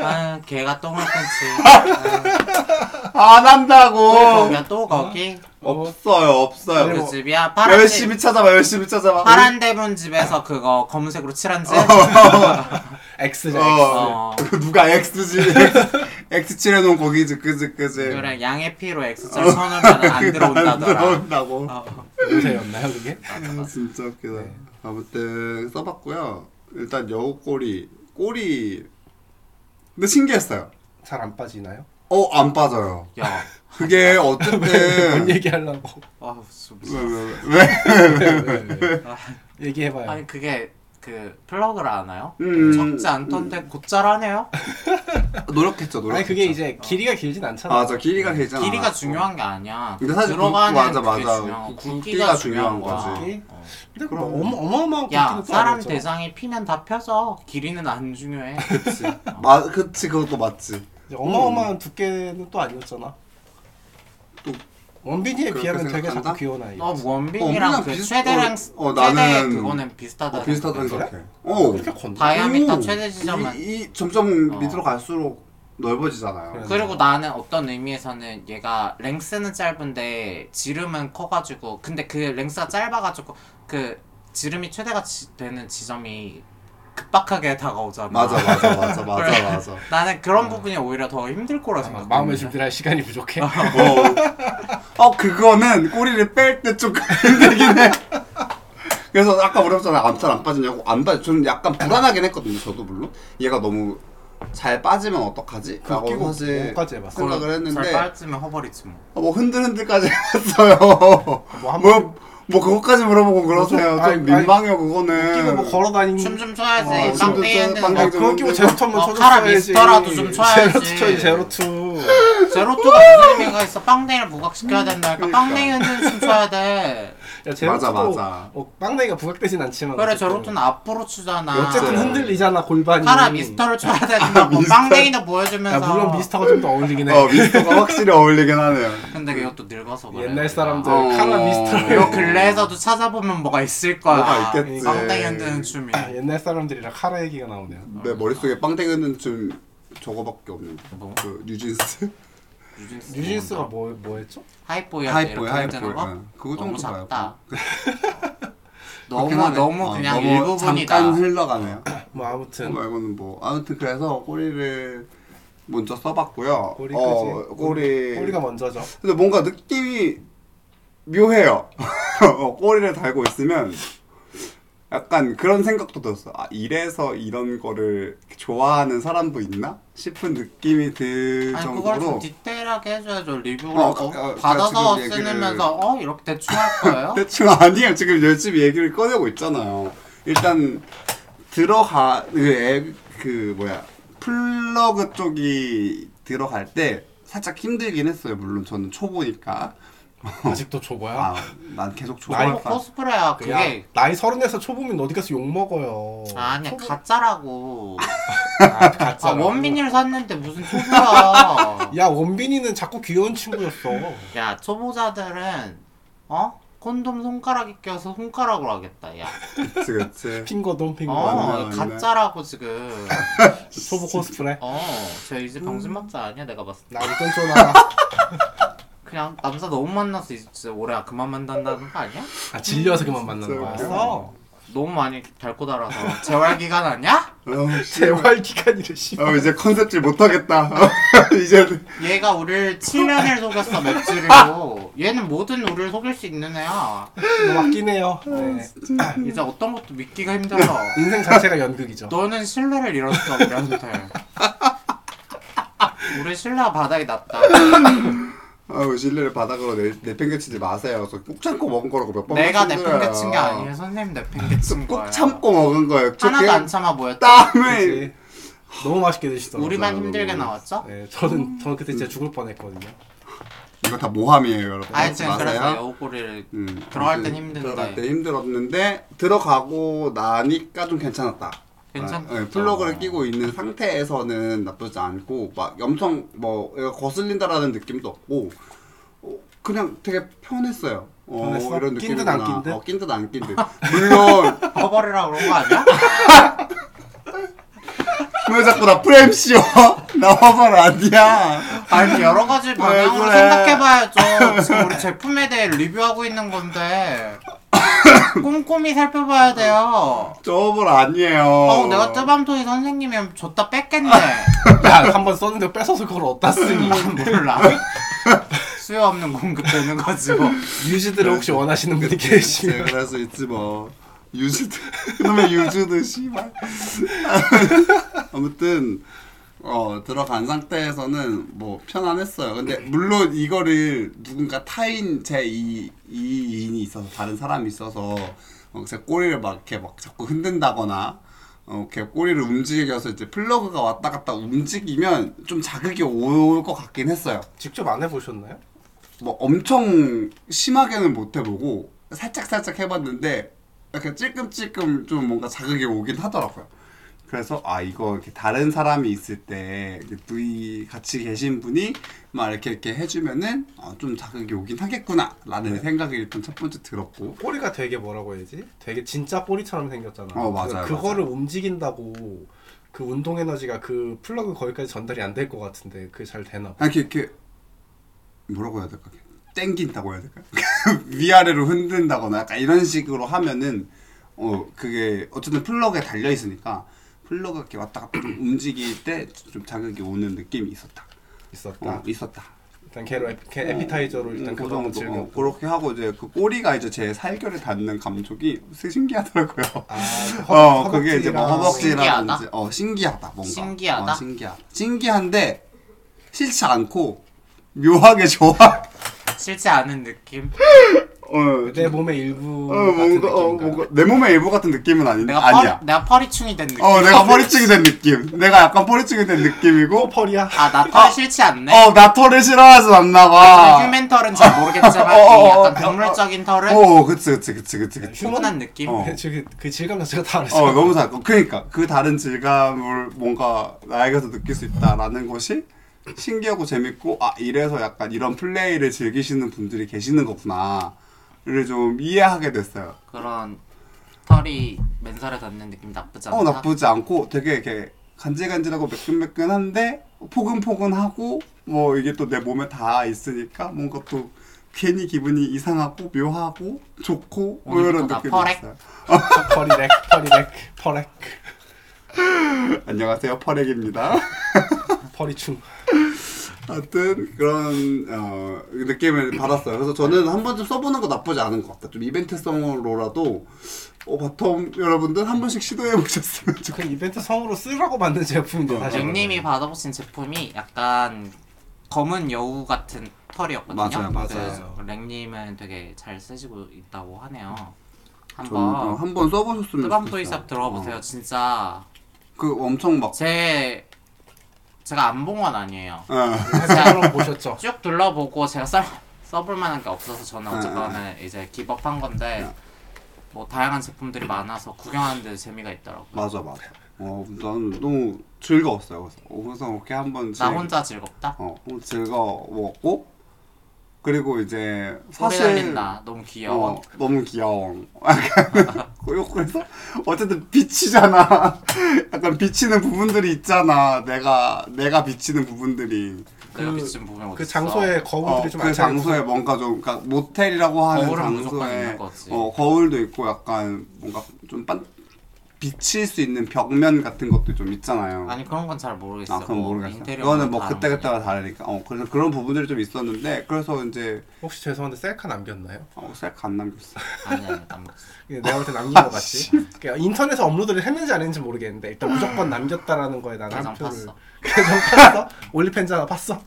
아, 걔가 똥을 끊지.
안
아, 또
한다고.
거기야 또 거기?
뭐
없어요 없어요.
그
그리고
집이야? 파란
열심히 찾아봐 열심히 찾아봐.
파란 대문 집에서 그거 검은색으로 칠한 집?
X죠 X
어,
어.
누가 X지? X 칠해놓은 거기지, 그지, 그지.
그래 양의 피로 X자 선으면 안 들어온다더라.
들어온다고.
어.
요새였나요 그게?
아, 진짜 웃기다.
네.
아무튼 써봤고요. 일단 여우 꼬리, 꼬리. 근데 신기했어요.
잘 안 빠지나요?
어, 안 빠져요.
야,
그게
뭔
어쨌든.
얘기 하려고
아, 무슨
왜, 왜, 왜? 왜?
얘기해봐요
아니 그게 그 플러그를 아나요?
네. 음.
적지 않던데 곧잘하네요.
노력했죠, 노력했죠.
아니 그게 이제 길이가 길진 않잖아요
맞아, 길이가 되잖아. 어.
길이가 중요한 게 아니야.
근데 사실
들어가는
굵- 맞아,
그게
맞아.
중요한 거.
굵기가
굵기가
중요한
중요한 거야.
거지.
어.
근데 뭐
그럼.
어마, 어마어마하고
야
길이는 또
사람
아니죠.
대상에 피는 다 펴서 길이는 안 중요해. 어,
그치. 마, 그치, 그것도 맞지.
이제 어마어마한 두께는 또 아니었잖아
또
원빈이에
그렇게
비하면 되게
생각한다?
작고 귀여운 아이
너
어,
원빈이랑 그
비슷-
최대랑
어, 어,
최대
나는-
그거는 비슷하다.
어, 비슷하다고
그래?
생각해. 어.
아, 그렇게 건데?
다이- 뭐. 다이아미터
오,
최대 지점은-
이, 이 점점 밑으로 갈수록 넓어지잖아요.
그래.
어. 그리고 나는 어떤 의미에서는 얘가 랭스는 짧은데 지름은 커가지고 근데 그 랭스가 짧아가지고 그 지름이 최대가 지- 되는 지점이 급박하게 다가오잖아.
맞아 맞아 맞아 맞아
그래.
맞아.
나는 그런 부분이 오히려 더 힘들 거라
아,
생각해.
마음의 준비를 할 시간이 부족해
아,
어. 어 그거는 꼬리를 뺄 때 조금 힘들긴 해. 그래서 아까 물어봤잖아요. 잘안 빠지냐고 안 빠져. 저는 약간 불안하긴 했거든요. 저도 물론 얘가 너무 잘 빠지면 어떡하지?
그거
라고
끼고
사실
옷까지 해봤어.
생각을
잘
했는데
빠지면 허벌이지 뭐.
어, 뭐 흔들흔들까지 해봤어요.
뭐한
뭐, 뭐 그것까지 물어보고
좀-
그러세요.
아니, 아니,
좀 민망해요 그거는.
끼고 뭐 걸어다니는
예. 춤 좀
어,
춰야지.
춤좀
빵
춰-
떼는
빵
아,
거.
떼-
그거 끼고 제로투 한번
어,
쳐줬어야지 음,
카라 미스터라도 좀 쳐야지.
제로투 쳐야지 제로투
어, 제로투가 무슨 의미가 있어? 빵댕이를 부각시켜야 된다니까.
그러니까.
빵댕이 흔드는 춤 춰야 돼.
야,
맞아,
제로투도
맞아.
뭐 빵나이가 부각되진 않지만
그래
어쨌든.
저렇든 앞으로 치잖아.
어쨌든 흔들리잖아 골반이
카라 미스터를 쳐야
아,
되는데
미스터.
빵댕이도
야,
보여주면서.
물론 미스터가 좀 더 어울리긴 해
어 미스터가 확실히 어울리긴 하네요.
근데 그것도 늙어서 그래.
옛날 사람들
어.
카라
이거
미스터를
근래에서도 찾아보면 뭐가 있을 거야.
뭐가 있겠지. 아, 예.
빵댕이 흔드는 춤이.
옛날 사람들이랑 카라 얘기가 나오네요
내 머릿속에 빵땡이는 좀 저거밖에 없는
뭐?
그 뉴진스
뉴진스.
뉴진스가 뭐, 뭐 했죠?
하이보이
하이보이,
하이보이 는
하이보이.
거?
응. 그거
너무
정도 봐요.
작다.
그렇긴
너무
하네.
너무
어,
그냥
너무
일부분이다.
잠깐 흘러가네요.
뭐
그거
아무튼
말고는 뭐 아무튼 그래서 꼬리를 먼저 써봤고요.
꼬리까지
어, 꼬리
꼬리가 뭐- 먼저죠
근데 뭔가 느낌이 묘해요. 어, 꼬리를 달고 있으면 약간 그런 생각도 들었어. 아, 이래서 이런 거를 좋아하는 사람도 있나? 싶은 느낌이 들
아니 그걸 좀
정도로
디테일하게 해줘야죠 리뷰를
어,
어,
그- 어,
받아서
그러니까 지금 얘기를-
쓰면서 어 이렇게 대충 할 거예요?
대충 아니에요. 지금 열심히 얘기를 꺼내고 있잖아요. 일단 들어가 그, 앱, 그 뭐야 플러그 쪽이 들어갈 때 살짝 힘들긴 했어요. 물론 저는 초보니까.
아직도 초보야?
아, 난 계속
나이
초보니까.
코스프레야
그냥
그게
나이 서른에서 초보면 어디 가서 욕먹어요
아니
초보-
가짜라고
아,
아,
가짜라고.
원빈이를 샀는데 무슨 초보야
야 원빈이는 자꾸 귀여운 친구였어
야 초보자들은 어? 콘돔 손가락에 껴서 손가락으로 하겠다 야
그치 그치.
핑거돈 핑거
맞네,
어,
맞네.
가짜라고 지금
초보 코스프레
어, 쟤 이제
음.
병신 맞자 아니야 내가 봤을 때
나 일단 쫄아라
그냥 남자 너무 만나서 이제 진짜 올해 그만 만난다는 거 아니야?
아 질려서 그만 만나는
진짜 웃겨.
거야 어.
너무 많이 달고 달아서 재활기간 아니야?
어,
네. 재활기간이래 씨발
어, 이제 컨셉질 못하겠다. 이제
얘가 우리를 7년을 속였어 맥주로 얘는 뭐든 우리를 속일 수 있는 애야
뭐 맞긴 해요 네.
이제 어떤 것도 믿기가 힘들어
인생 자체가 연극이죠
너는 신뢰를 잃었어 우리한테 우리 신뢰가 바닥이 났다
아유 신뢰를 바닥으로 내, 내팽개치지 마세요. 그래서 꾹 참고 먹은 거라고 몇번
내가 내팽개친 게 아니에요 선생님 내팽개친 거야
꾹 참고 먹은 거예요. 저
하나도
그냥
안 참아 보였다
땀을
그치? 너무 맛있게 드시더라고요
우리만
너무-
힘들게 나왔죠?
네, 저는 저는 그때
음.
진짜 죽을 뻔했거든요.
이거 다 모함이에요, 여러분. 하지
아, 하여튼 그래서 여우꼬리를
음,
들어갈 땐
아무튼
힘든데.
들어갈 때 힘들었는데 들어가고 나니까 좀 괜찮았다.
괜찮죠. 어.
아, 예, 플러그를 끼고 있는 상태에서는 나쁘지 않고 막 엄청 뭐 얘가 거슬린다라는 느낌도 없고 어, 그냥 되게 편했어요. 어,
편했어?
이런
낀
느낌이구나.
듯, 안낀 듯?
어, 낀 듯, 안 낀 듯. 물론
어, 버버리라 그런 거 아니야?
왜 자꾸 나 프레임 씌워? 나 화발 아니야.
아니 여러 가지 방향으로
네, 그래?
생각해봐야죠. 지금 우리 제품에 대해 리뷰하고 있는 건데 꼼꼼히 살펴봐야 돼요.
저 화발 아니에요.
어, 내가 뜨밤토이 선생님이면 줬다 뺐겠네.
야, 한 번 썼는데 뺏어서 그걸 어디다 쓰니?
몰라. 수요 없는 공급되는 거지 뭐.
유지들을 혹시 원하시는 분이 계시면
네, 제가 할수 있지 뭐. 유즈드. 그놈의 유즈드 씨발. 아무튼 어 들어간 상태에서는 뭐 편안했어요. 근데 물론 이거를 누군가 타인 제2 이인이 있어서 다른 사람이 있어서 어, 제 꼬리를 막 이렇게 막 자꾸 흔든다거나 어, 이렇게 꼬리를 움직여서 이제 플러그가 왔다 갔다 움직이면 좀 자극이 올 것 같긴 했어요.
직접 안 해보셨나요?
뭐 엄청 심하게는 못 해보고 살짝 살짝 해봤는데 약간 찔끔찔끔 좀 뭔가 자극이 오긴 하더라고요. 그래서 아 이거 이렇게 다른 사람이 있을 때 이렇게 누이 같이 계신 분이 막 이렇게 이렇게 해주면은 어, 좀 자극이 오긴 하겠구나라는 생각이 일단 첫 번째 들었고
꼬리가 되게 뭐라고 해야지? 되게 진짜 꼬리처럼 생겼잖아.
어, 맞아요,
그래서 그거를 움직인다고 그 운동 에너지가 그 플러그 거기까지 전달이 안 될 것 같은데 그게 잘 되나? 봐.
아, 이렇게 이렇게 뭐라고 해야 될까? 이렇게 땡긴다고 해야 될까? 위아래로 흔든다거나 약간 이런 식으로 하면은 어 그게 어쨌든 플러그에 달려 있으니까 플러그 이렇게 왔다 갔다 좀 움직일 때 좀 자극이 오는 느낌이 있었다.
있었다.
어, 있었다.
일단 걔로 아. 에피, 걔 에피타이저로 일단
그
그거 한번
정도
즐겨.
어, 그렇게 하고 이제 그 꼬리가 이제 제 살결에 닿는 감촉이 신기하더라고요.
아,
어, 그게 이제 뭐
신기하다?
허벅지라든지 어 신기하다 뭔가
신기하다?
어, 신기하 신기한데 싫지 않고 묘하게 좋아
싫지 않은 느낌.
어,
내
좀-
몸의 일부
어,
같은
뭔가, 어,
느낌인가?
뭔가 내 몸의 일부 같은 느낌은 아닌데
내가
아니야.
펄, 내가 펄이충이 된 느낌.
어, 내가 펄이증이 된 느낌. 내가 약간 펄이증이 된
또
느낌이고.
펄이야.
아나 펄 싫지 않네.
어, 나 털을 싫어하진 않나
아.
봐.
휴맨 털은 잘 모르겠지만
어, 어,
이
어,
약간
어,
병렬적인 털은
어, 그치, 그치, 그치, 그치, 그치.
충분한 느낌.
어.
지금 그 질감 자체가 다르죠.
어, 너무 잘. 어, 그러니까 그 다른 질감을 뭔가 나에게서 느낄 수 있다라는 것이 신기하고 재밌고 아 이래서 약간 이런 플레이를 즐기시는 분들이 계시는 거구나를 좀 이해하게 됐어요.
그런 털이 맨살에 닿는 느낌 나쁘지 않다.
어 나쁘지 않고 되게 이렇게 간질간질하고 매끈매끈한데 포근포근하고 뭐 이게 또 내 몸에 다 있으니까 뭔가 또 괜히 기분이 이상하고 묘하고 좋고 뭐
오늘도
이런
나
느낌이
퍼렉.
있어요.
펄이렉, 펄이렉, 펄렉,
안녕하세요 퍼렉입니다.
펄이충.
하여튼 그런 어, 느낌을 받았어요. 그래서 저는 한 번쯤 써보는 거 나쁘지 않은 것 같아요. 좀 이벤트성으로라도 어, 바텀 여러분들 한 번씩 시도해 보셨으면 좋겠어요.
그 이벤트 성으로 쓰라고 만든 네. 제품인데
어,
사실.
그 닉님이 받아보신 제품이 약간 검은 여우 같은 털이었거든요.
맞아요, 맞아요.
그래서 랭님은 되게 잘 쓰시고 있다고 하네요.
어,
한번
한번 써보셨으면
뜨밤 토이샵 들어가보세요.
어.
진짜
그 엄청 막
제 제가 안 본 건 아니에요.
어.
사실로 보셨죠.
쭉 둘러보고 제가 써, 써볼 만한 게 없어서 저는
아,
어쨌거나 이제 기법한
네.
건데 뭐 다양한 제품들이 많아서 구경하는데 재미가 있더라고요.
맞아 맞아. 어, 난 너무 즐거웠어요. 그래서 어, 그래서 이렇게 한번
나
즐-
혼자 즐겁다?
어 즐거웠고 그리고 이제
오래
사실
달린다. 너무 귀여워.
어, 너무 귀여워. 그리고 그래서 어쨌든 비치잖아. 약간 비치는 부분들이 있잖아. 내가 내가 비치는 부분들이
내가
그-
비친 부분이 어딨어?
그 장소에 거울들이
어,
좀
그
앉아있어서
장소에 뭔가 좀 그러니까 모텔이라고 하는
거울은 무조건
장소에
있는 거지.
어, 거울도 있고 약간 뭔가 좀 빤, 비칠 수 있는 벽면 같은 것도 좀 있잖아요.
아니 그런 건 잘 모르겠어.
아, 그건
뭐
모르겠어.
인테리어는
그거는 뭐
다
그때
아는 거니까.
그때가 다르니까. 어, 그래서 그런 부분들이 좀 있었는데 그래서 이제
혹시 죄송한데 셀카 남겼나요?
어, 셀카 안 남겼어.
아니 아니 안 먹었어.
예, 내가 볼 때 남긴 것
아,
같지. 그러니까 인터넷에 업로드를 했는지 안 했는지 모르겠는데 일단 무조건 남겼다라는 거에 나는
계정
한 표를.
팠어. 네,
계정 팠어? 올리팬즈 하나 팠어?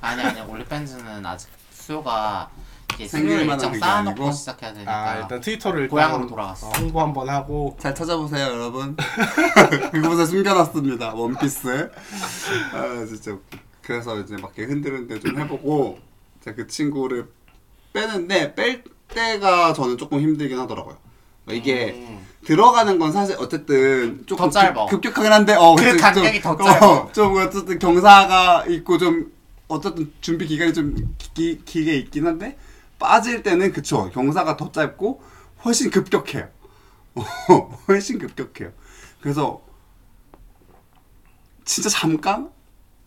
아니 아니 올리팬즈는 아직 수요가 이게
생길
수요를
만한
일정
게
쌓아놓고
아니고?
시작해야 되니까.
아 일단 트위터를 일단
고향으로 돌아갔어.
홍보 한번 하고
잘 찾아보세요, 여러분. 그곳에 숨겨놨습니다. 원피스. 아, 진짜. 웃겨. 그래서 이제 막 이렇게 흔들흔들 좀 해보고 제가 그 친구를 빼는데 뺄 때가 저는 조금 힘들긴 하더라고요. 그러니까 이게
음.
들어가는 건 사실 어쨌든 조금
더 짧아.
급, 급격하긴 한데 어,
그
그래도
간격이
좀,
더 짧아.
어, 좀 어쨌든 경사가 있고 좀 어쨌든 준비 기간이 좀 기, 길게 있긴 한데 빠질 때는 그쵸 경사가 더 짧고 훨씬 급격해요. 어, 훨씬 급격해요. 그래서 진짜 잠깐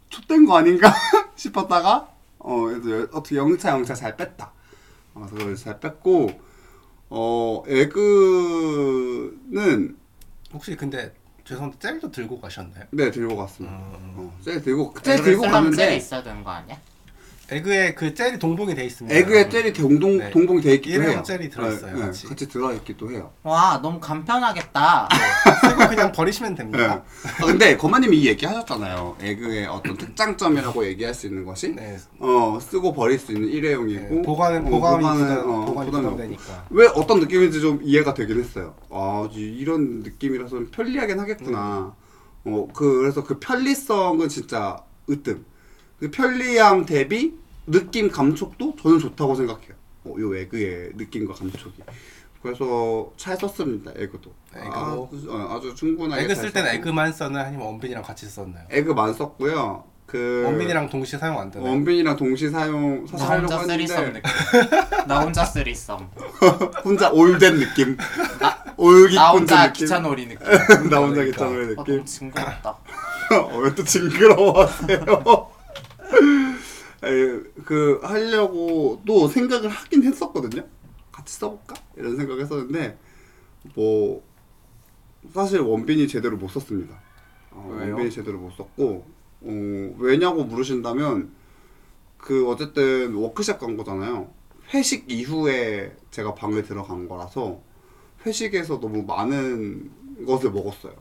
촛된 거 아닌가 싶었다가 어 그래도 여- 어떻게 영차 영차 잘 뺐다. 어, 그래서 그걸 잘 뺐고 어 에그는
혹시 근데 죄송한데 젤도 들고 가셨나요?
네 들고 갔습니다.
음.
어, 젤 들고 젤
셀
들고
아, 셀이
갔는데
있어야 되는 거 아니야?
에그에 그 젤이 동봉이 돼 있습니다.
에그에 젤이 동동
네.
동봉이 돼 있기도
일회용
해요.
젤이 들어있어요,
네, 네,
같이.
같이. 들어 있기도 해요.
와 너무 간편하겠다.
쓰고 그냥 버리시면
네.
됩니다.
아, 근데 거마님이 이 얘기 하셨잖아요. 에그의 어떤 특장점이라고 얘기할 수 있는 것이
네.
어 쓰고 버릴 수 있는 일회용이고
네, 보관은
어,
보관이
보관은,
부담,
어,
보관이
부담이 없고.
부담되니까.
왜 어떤 느낌인지 좀 이해가 되긴 했어요. 아 이- 이런 느낌이라서 편리하긴 하겠구나. 어 그, 그래서 그 편리성은 진짜 으뜸. 그 편리함 대비 느낌 감촉도 저는 좋다고 생각해요. 어, 요 에그의 느낌과 감촉이. 그래서 잘 썼습니다. 에그도.
에그도.
아주, 어, 아주 충분하게.
에그
잘
쓸 때는
썼고.
에그만 썼나요? 아니면 원빈이랑 같이 썼나요?
에그만 썼고요. 그
원빈이랑 동시에 사용 안 되나요?
원빈이랑 동시 사용
나
사용하려고
혼자 쓰리썸
하는데
느낌. 나 혼자 쓰리썸.
혼자 올된 느낌. 아, 올기
나
혼자
혼자
느낌.
기차놀이 느낌.
나 혼자
그러니까. 아,
기타노의
아, 너무
느낌.
징그럽다.
어, 왜 또 징그러워하세요? 에, 그 하려고 또 생각을 하긴 했었거든요. 같이 써볼까 이런 생각을 했었는데 뭐 사실 원빈이 제대로 못 썼습니다. 어,
왜요?
원빈이 제대로 못 썼고 어, 왜냐고 물으신다면 그 어쨌든 워크샵 간 거잖아요. 회식 이후에 제가 방에 들어간 거라서 회식에서 너무 많은 것을 먹었어요.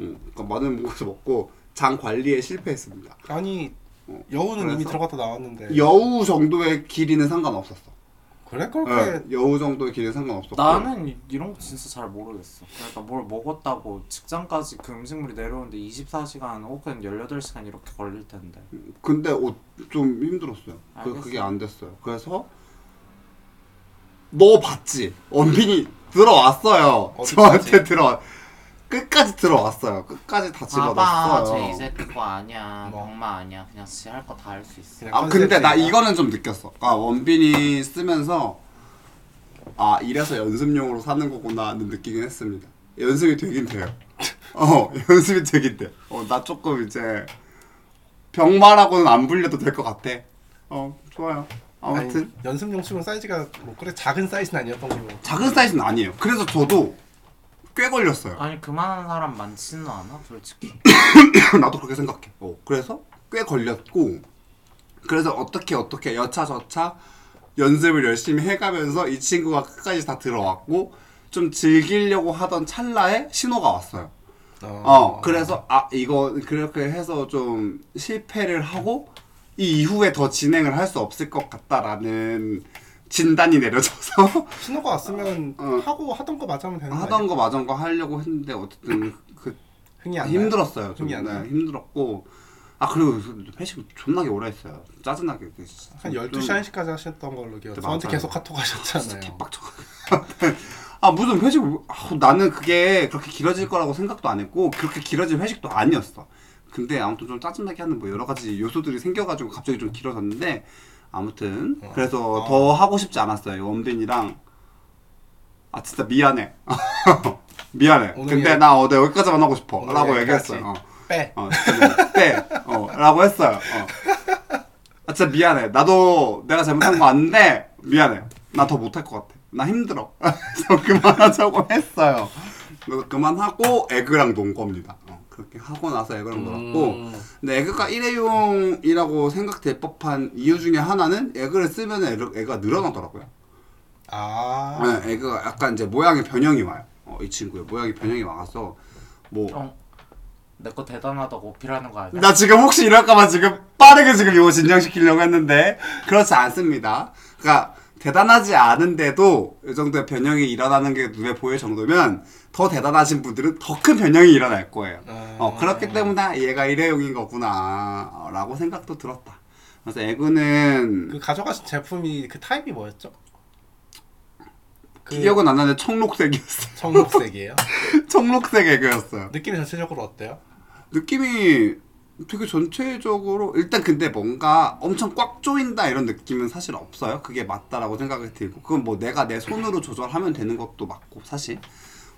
음, 그러니까 많은 것을 먹고 장 관리에 실패했습니다.
아니
어,
여우는 이미
그래서?
네. 들어갔다 나왔는데
여우 정도의 길이는 상관없었어.
그래
어,
그렇게
여우 정도의 길은 상관없었고
나는 이- 이런 거 진짜 잘 모르겠어. 그러니까 뭘 먹었다고 직장까지 그 음식물이 내려오는데 24시간 혹은 18시간 이렇게 걸릴 텐데.
근데 옷, 좀 힘들었어요. 그,
알겠어요.
그게 안 됐어요. 그래서 너 봤지? 원빈이 들어왔어요.
어디까지?
저한테 들어 끝까지 들어왔어요. 끝까지
아,
다
봐봐 쟤
집어넣었어요.
이제 그거 아니야
뭐?
병마 아니야 그냥 지 할 거 다 할 수 있어
그냥
아 근데 나
네, 컨셉이야.
이거는 좀 느꼈어. 아 원빈이 쓰면서 아 이래서 연습용으로 사는 거구나 하는 느끼긴 했습니다. 연습이 되긴 돼요. 어 연습이 되긴 돼. 어나 조금 이제 병마라고는 안 불려도 될 것 같아. 어 좋아요. 아무튼
아니, 연습용 수면 사이즈가 뭐 그래 작은 사이즈는 아니었던 걸로
작은 사이즈는 아니에요. 그래서 저도 꽤 걸렸어요.
아니 그만한 사람 많지는 않아 솔직히
뭐? 나도 그렇게 생각해. 어, 그래서 꽤 걸렸고, 그래서 어떻게 어떻게 여차저차 연습을 열심히 해가면서 이 친구가 끝까지 다 들어왔고, 좀 즐기려고 하던 찰나에 신호가 왔어요. 어, 그래서 아 이거 그렇게 해서 좀 실패를 하고 이 이후에 더 진행을 할 수 없을 것 같다라는 진단이 내려져서
신호가 왔으면
어.
하고 하던 거 맞으면 되는 거 아니야?
하던 거 마던 거 하려고 했는데 어쨌든 그
흥이 안 나요?
힘들었어요. 좀
흥이 안
네,
나요?
힘들었고 아 그리고 회식 존나게 오래 했어요. 짜증나게 그
한 12시
음.
1시까지 하셨던 걸로 기억.
그때
저한테
많잖아요.
계속 카톡 하셨잖아요.
개빡쳐. 아 무슨 회식? 아, 나는 그게 그렇게 길어질 거라고 생각도 안 했고 그렇게 길어질 회식도 아니었어. 근데 아무튼 좀 짜증나게 하는 뭐 여러 가지 요소들이 생겨가지고 갑자기 좀 길어졌는데 아무튼 그래서
어.
더 하고 싶지 않았어요. 이 원빈이랑 아 진짜 미안해. 미안해.
오늘
근데
얘-
나 어제 여기까지만 하고 싶어라고
오늘 얘기까지.
얘기했어요. 어.
빼.
어, 진짜 때, 어, 라고 했어요. 어. 아, 진짜 미안해. 나도 내가 잘못한 거 아는데, 미안해. 나 더 못할 것 같아. 나 힘들어. 그래서 그만하자고 했어요. 그래서 그만하고, 에그랑 논 겁니다. 어, 그렇게 하고 나서 에그랑 놀았고,
음.
근데 에그가 일회용이라고 생각될 법한 이유 중에 하나는 에그를 쓰면 에그- 에그가 늘어나더라고요.
아.
네, 에그가 약간 이제 모양의 변형이 와요. 어, 이 친구의 모양의 변형이 와서, 뭐,
형 내거 대단하다고 어필하는 거 아니야?
나 지금 혹시 이럴까봐 지금 빠르게 지금 이거 진정시키려고 했는데 그렇지 않습니다. 그러니까 대단하지 않은데도 이 정도의 변형이 일어나는 게 눈에 보일 정도면 더 대단하신 분들은 더 큰 변형이 일어날 거예요.
아.
어, 그렇기 때문에 아, 얘가 일회용인 거구나라고 생각도 들었다. 그래서 에그는
그 가져가신 제품이 그 타입이 뭐였죠? 그
기억은 안 나는데 청록색이었어요.
청록색이에요.
청록색 에그였어요.
느낌이 전체적으로 어때요?
느낌이 되게 전체적으로 일단 근데 뭔가 엄청 꽉 조인다 이런 느낌은 사실 없어요. 그게 맞다라고 생각이 들고 그건 뭐 내가 내 손으로 조절하면 되는 것도 맞고 사실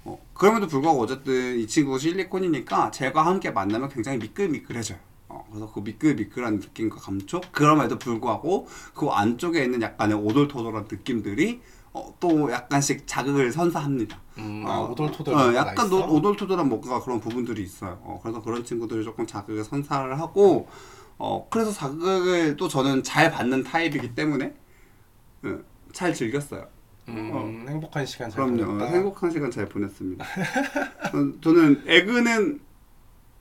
어, 그럼에도 불구하고 어쨌든 이 친구 실리콘이니까 제가 함께 만나면 굉장히 미끌미끌해져요. 어, 그래서 그 미끌미끌한 느낌과 감촉 그럼에도 불구하고 그 안쪽에 있는 약간의 오돌토돌한 느낌들이 어, 또 약간씩 자극을 선사합니다.
음,
어,
오돌토돌.
어,
뭔가
약간
있어?
노- 오돌토돌한 뭔가 그런 부분들이 있어요. 어, 그래서 그런 친구들을 조금 자극을 선사를 하고, 어, 그래서 자극을 또 저는 잘 받는 타입이기 때문에 예, 잘 즐겼어요.
음, 행복한 시간 잘
그럼요.
보냈다.
행복한 시간 잘 보냈습니다. 전- 저는 에그는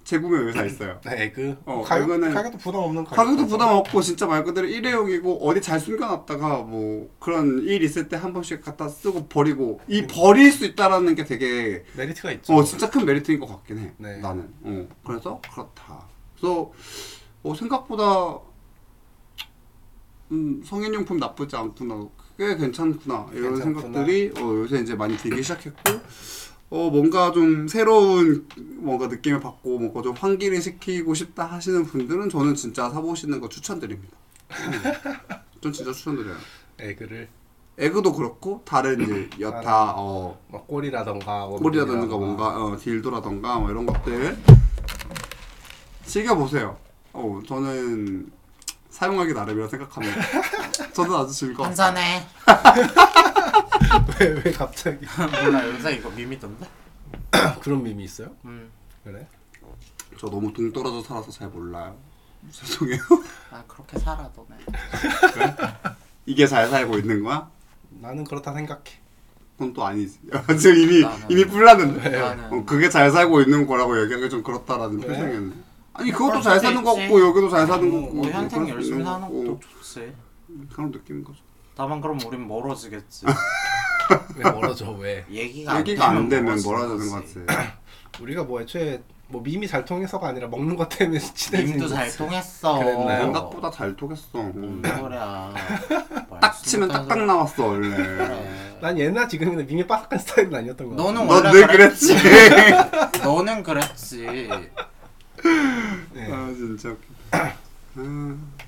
재구매 회사 있어요.
네, 에그.
어,
가격,
에그는-
가격도 부담 없는 가격.
가격도 부담 없고 진짜 말 그대로 일회용이고 어디 잘 숨겨놨다가 뭐 그런 일 있을 때 한 번씩 갖다 쓰고 버리고
네.
이 버릴 수 있다라는 게 되게
메리트가 있죠.
어 진짜 큰 메리트인 것 같긴 해.
네.
나는. 어 그래서 그렇다. 그래서 어, 생각보다 음, 성인용품 나쁘지 않구나. 꽤 괜찮구나. 이런
괜찮구나.
생각들이 어, 요새 이제 많이 들기 시작했고 어 뭔가 좀 새로운 뭔가 느낌을 받고 뭔가 좀 환기를 시키고 싶다 하시는 분들은 저는 진짜 사보시는 거 추천드립니다. 음. 전 진짜 추천드려요.
에그를
에그도 그렇고 다른 이제
아,
여타 어
뭐 꼬리라던가
꼬리라든가 뭔가 어, 딜도라든가 뭐 이런 것들 즐겨 보세요. 어 저는 사용하기 나름이라 생각합니다. 저는 아주 즐거워.
한산해
왜왜 갑자기
몰라 요새 이거 밈이던데?
그런 밈이 있어요?
음.
그래?
저 너무 동떨어져 살아서 잘 몰라요. 죄송해요.
아 그렇게 살아 너네
이게 잘 살고 있는 거야?
나는 그렇다 생각해.
그건 또 아니지. 지금 이미
나는-
이미 뿔났는데.
나는-
어, 그게 잘 살고 있는 거라고 얘기하기 좀 그렇다라는
왜?
표정이었네. 아니
뭐
그것도
그럴
잘
수도
사는
있지.
거고 여기도 잘 사는 거고
뭐
뭐 그럴
현생
수
열심히
있는
사는
거고.
것도 좋지
그런 느낌인 거죠.
다만 그럼 우린 멀어지겠지.
왜 멀어져 왜?
얘기가
아, 얘기가 안 되면
멀어지는
멀어지는 것 같아.
우리가 뭐 애초에 뭐 밈이 잘 통해서가 아니라 먹는 것 때문에 친해진
님도
거지.
잘 통했어.
그랬나요?
생각보다 잘 통했어.
뭔
음.
소리야.
딱 치면 딱딱 나왔어 원래.
그래.
난 옛날 지금이나 밈이 빠삭한 스타일은 아니었던 거 같아.
너는
넌
원래
늘
그랬...
그랬지.
너는 그랬지.
네.
어.
아 진짜. 웃기다. 아,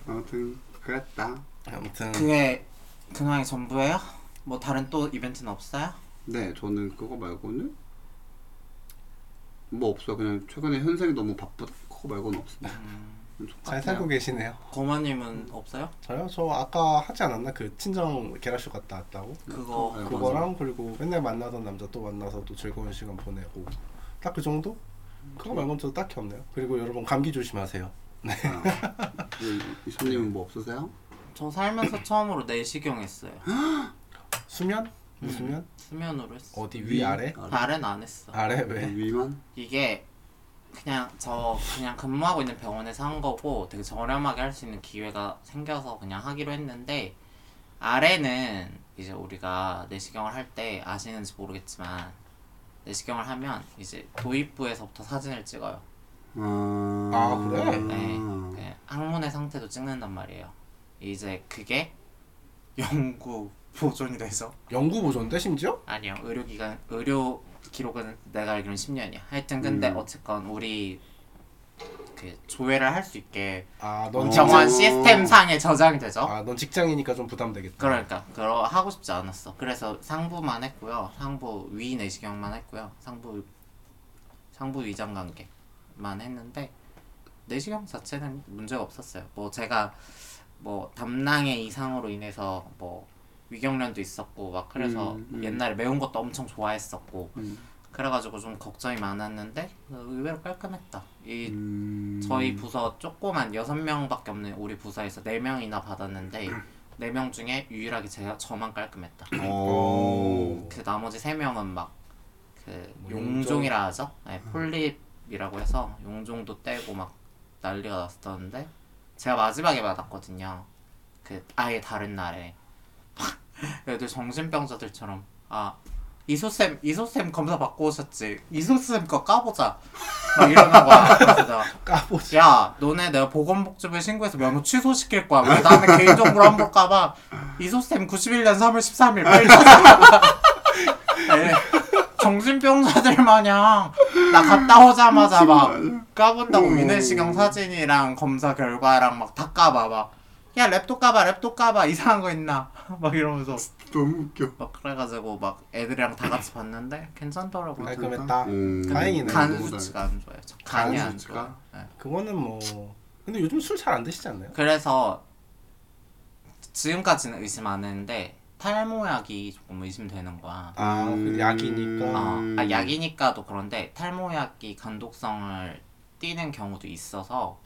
아무튼 그랬다.
아무튼
그게 근황이 전부예요? 뭐 다른 또 이벤트는 없어요?
네, 저는 그거 말고는 뭐 없어. 그냥 최근에 현생이 너무 바쁘다. 그거 말고는 없어.
잘 살고 계시네요.
고모님은 음. 없어요?
저요? 저 아까 하지 않았나? 그 친정 게라쇼 갔다 왔다고?
그거
네,
그거랑 그리고 맨날 만나던 남자 또 만나서 또 즐거운 시간 보내고 딱 그 정도? 그거 말고는 저 딱히 없네요. 그리고 여러분 감기 조심하세요.
아, 이, 이 손님은 뭐 없으세요?
저 살면서 처음으로 내시경 했어요.
수면? 무수면?
수면으로 했어.
어디 위 아래?
발은 안 했어.
아래 왜?
위만?
이게 그냥 저 그냥 근무하고 있는 병원에서 한 거고 되게 저렴하게 할 수 있는 기회가 생겨서 그냥 하기로 했는데 아래는 이제 우리가 내시경을 할 때 아시는지 모르겠지만 내시경을 하면 이제 도입부에서부터 사진을 찍어요.
아, 음.
아, 그래?
네. 그 항문의 상태도 찍는단 말이에요. 이제 그게 연구 보존이 돼서
연구 보존데 심지어?
아니요 의료기관 의료 기록은 내가 알기로는 10년이야 하여튼 근데
음.
어쨌건 우리 그 조회를 할 수 있게
아넌
어. 진짜?
병원 시스템상에 저장이 되죠
아넌 직장이니까 좀 부담되겠다.
그러니까 그러 하고 싶지 않았어 그래서 상부만 했고요 상부 위 내시경만 했고요 상부 상부 위장 관계만 했는데 내시경 자체는 문제가 없었어요 뭐 제가 뭐 담낭의 이상으로 인해서 뭐 위경련도 있었고 막 그래서
음, 음.
옛날에 매운 것도 엄청 좋아했었고
음.
그래가지고 좀 걱정이 많았는데 의외로 깔끔했다 이
음.
저희 부서 조그만 여섯 명밖에 없는 우리 부서에서 네 명이나 받았는데 네 명 중에 유일하게 제가 저만 깔끔했다.
어. 오.
그 나머지 세 명은 막 그
뭐 용종.
용종이라 하죠. 네, 폴립이라고 해서 용종도 떼고 막 난리가 났었는데 제가 마지막에 받았거든요. 그 아예 다른 날에 애들 정신병자들처럼 아 이소쌤 이소쌤 검사 받고 오셨지 이소쌤 거 까보자 막 이러는 거야. 그래서 내가
까보지.
야, 너네 내가 보건복지부에 신고해서 면허 취소시킬 거야. 왜 나는 개인정보로 안 볼까봐 이소쌤 91년 3월 13일 빨리 찾아봐. 네. 정신병자들 마냥 나 갔다 오자마자 막 까본다고
음.
위내시경 사진이랑 검사 결과랑 막 다 까봐 막. 야 랩도 까봐 랩도 까봐 이상한 거 있나 막 이러면서
너무 웃겨.
막 그래가지고 막 애들이랑 다 같이 봤는데 괜찮더라고요.
네, 깔끔했다.
음.
다행이네.
간
너무
수치가 안 좋아요. 저 간이
간
안
수치가?
좋아요. 네.
그거는 뭐 근데 요즘 술 잘 안 드시지 않나요?
그래서 지금까지는 의심 안 했는데 탈모약이 조금 의심되는 거야. 아,
아, 그 약이니까.
음.
아, 약이니까도 그런데 탈모약이 간독성을 띠는 경우도 있어서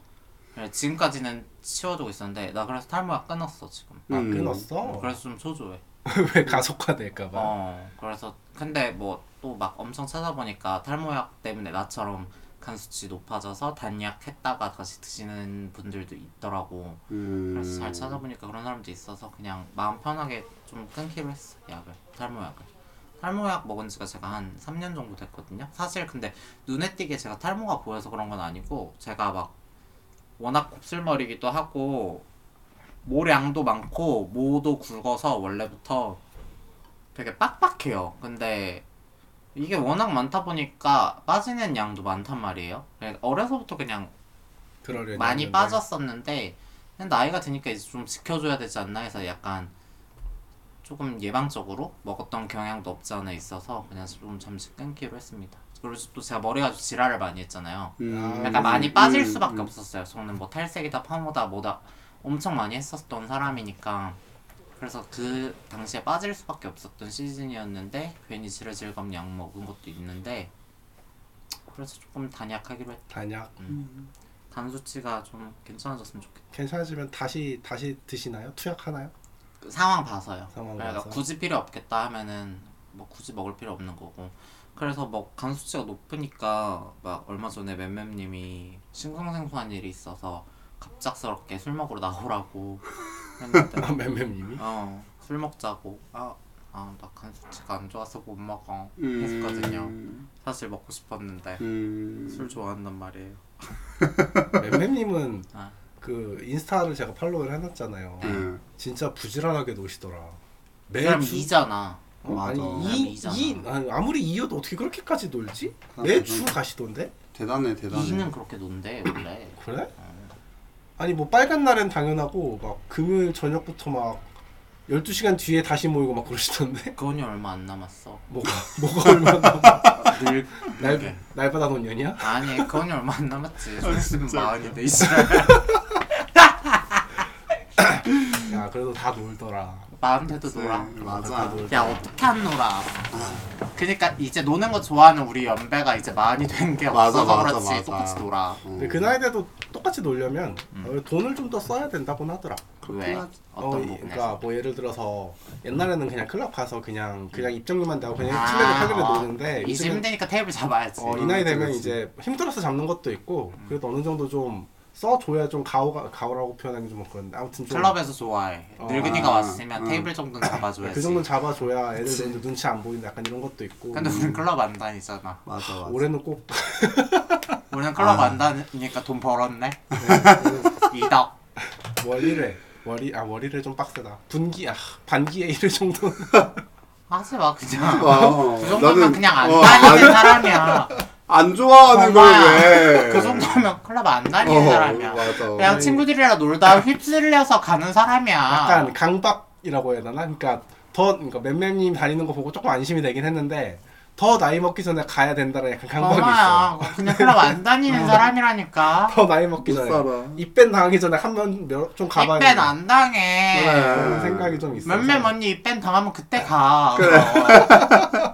그래서 지금까지는 치워두고 있었는데 나 그래서 탈모약 끊었어 지금.
아
음.
끊었어? 아,
그래서 좀 초조해.
왜 가속화될까봐.
어 그래서 근데 뭐 또 막 엄청 찾아보니까 탈모약 때문에 나처럼 간 수치 높아져서 단약 했다가 다시 드시는 분들도 있더라고.
음.
그래서 잘 찾아보니까 그런 사람도 있어서 그냥 마음 편하게 좀 끊기로 했어 약을 탈모약을 탈모약 먹은 지가 제가 한 3년 정도 됐거든요 사실 근데 눈에 띄게 제가 탈모가 보여서 그런 건 아니고 제가 막 워낙 곱슬머리기도 하고 모량도 많고 모도 굵어서 원래부터 되게 빡빡해요 근데 이게 워낙 많다 보니까 빠지는 양도 많단 말이에요 그러니까 어려서부터 그냥
그러려니
많이
했는데.
빠졌었는데 근데 나이가 드니까 이제 좀 지켜줘야 되지 않나 해서 약간 조금 예방적으로 먹었던 경향도 없지 않아 있어서 그냥 좀 잠시 끊기로 했습니다. 그리고 또 제가 머리가 좀 지랄을 많이 했잖아요.
음.
약간 많이 빠질
음.
수밖에
음.
없었어요. 저는 뭐 탈색이다 파모다 뭐다 엄청 많이 했었던 사람이니까 그래서 그 당시에 빠질 수밖에 없었던 시즌이었는데 괜히 지레질감 약 먹은 것도 있는데 그래서 조금 단약하기로 했.
단약
간 수치가 좀 괜찮아졌으면 좋겠어요.
괜찮아지면 다시 다시 드시나요? 투약하나요?
상황 봐서요.
상황
그러니까
봐서.
굳이 필요 없겠다 하면은 뭐 굳이 먹을 필요 없는 거고. 그래서 뭐 간 수치가 높으니까 막 얼마 전에 맴맴님이 심근생소한 일이 있어서 갑작스럽게 술 먹으러 나오라고 했는데
아, 맴맴님이
어 술 먹자고 아아나 간수치가 안 좋아서 못 먹어
음.
했었거든요. 사실 먹고 싶었는데
음.
술 좋아한단 말이에요.
맴맴님은
아.
그 인스타를 제가 팔로우를 해놨잖아요.
음.
진짜 부지런하게 노시더라.
그 사람
매주
이잖아.
어?
맞아.
아니
사람
이, 이
이잖아.
아니, 아무리 이어도 어떻게 그렇게까지 놀지?
아,
매주
맞아.
가시던데?
대단해 대단해.
이는 그렇게 논대 원래.
그래?
네.
아니 뭐 빨간 날엔 당연하고 막 금요일 저녁부터 막 12시간 뒤에 다시 모이고 막 그러시던데?
그건이 얼마 안 남았어.
뭐가 뭐가 얼마나
늘 네.
날, 날 받아 놓은 년이야?
아니 그건이 얼마 안 남았지. 무슨 마흔이 돼 있어.
야 그래도 다 놀더라.
마음대로 놀아.
네, 맞아.
야 어떻게 안 놀아? 그러니까 이제 노는 거 좋아하는 우리 연배가 이제 많이 된 게
맞아,
없어서
맞아,
그렇지
맞아.
똑같이 놀아.
어.
근데 그 나이대도 똑같이 놀려면 어, 돈을 좀 더 써야 된다고 하더라.
왜?
하지.
어,
음. 어떤
이-
부분에서?
그러니까 뭐 예를 들어서 옛날에는 그냥 클럽 가서 그냥 그냥 입장료만 내고 그냥
음. 아,
침대를 타길래
어.
그러니까 노는데
이제 음,
요즘엔
힘드니까 테이블 잡아야지.
어, 이 나이 되면 이제 힘들어서 잡는 것도 있고
음.
그래도 어느 정도 좀 써줘야 좀 가오가 가오라고 표현하기 좀 그런데 아무튼 좀
클럽에서 좋아해.
어.
늙은이가
아,
왔으면
음.
테이블 정도는 잡아줘야지.
그 정도 잡아줘야
그치.
애들 눈치 안 보인다 약간 이런 것도 있고 음.
근데 우린 클럽 안 다니잖아.
맞아 맞아.
올해는 꼭
우리는 클럽
아.
안 다니니까 돈 벌었네. 이덕.
월일회 월이 아 월일회 좀 빡세다 분기 아 반기에 일회 정도
하지 마 그냥.
어,
그
나는-
정도면 그냥 안
어,
다니는 사람이야.
안 좋아하는 걸 왜?
그 정도면 클럽 안 다니는
어,
사람이야.
맞아.
그냥 친구들이랑 놀다 휩쓸려서 가는 사람이야.
약간 강박이라고 해야 되나 그러니까 더 그러니까 맴맴님 다니는 거 보고 조금 안심이 되긴 했는데 더 나이 먹기 전에 가야 된다는 약간 강박이 있어
엄마야. 그냥 클럽 안
어.
다니는 사람이라니까.
더 나이 먹기
못
전에
살아.
입밴 당하기 전에 한번좀 가봐야
입밴
된다.
안 당해.
그런 생각이 좀 있어.
몇몇 언니 입밴 당하면 그때 가.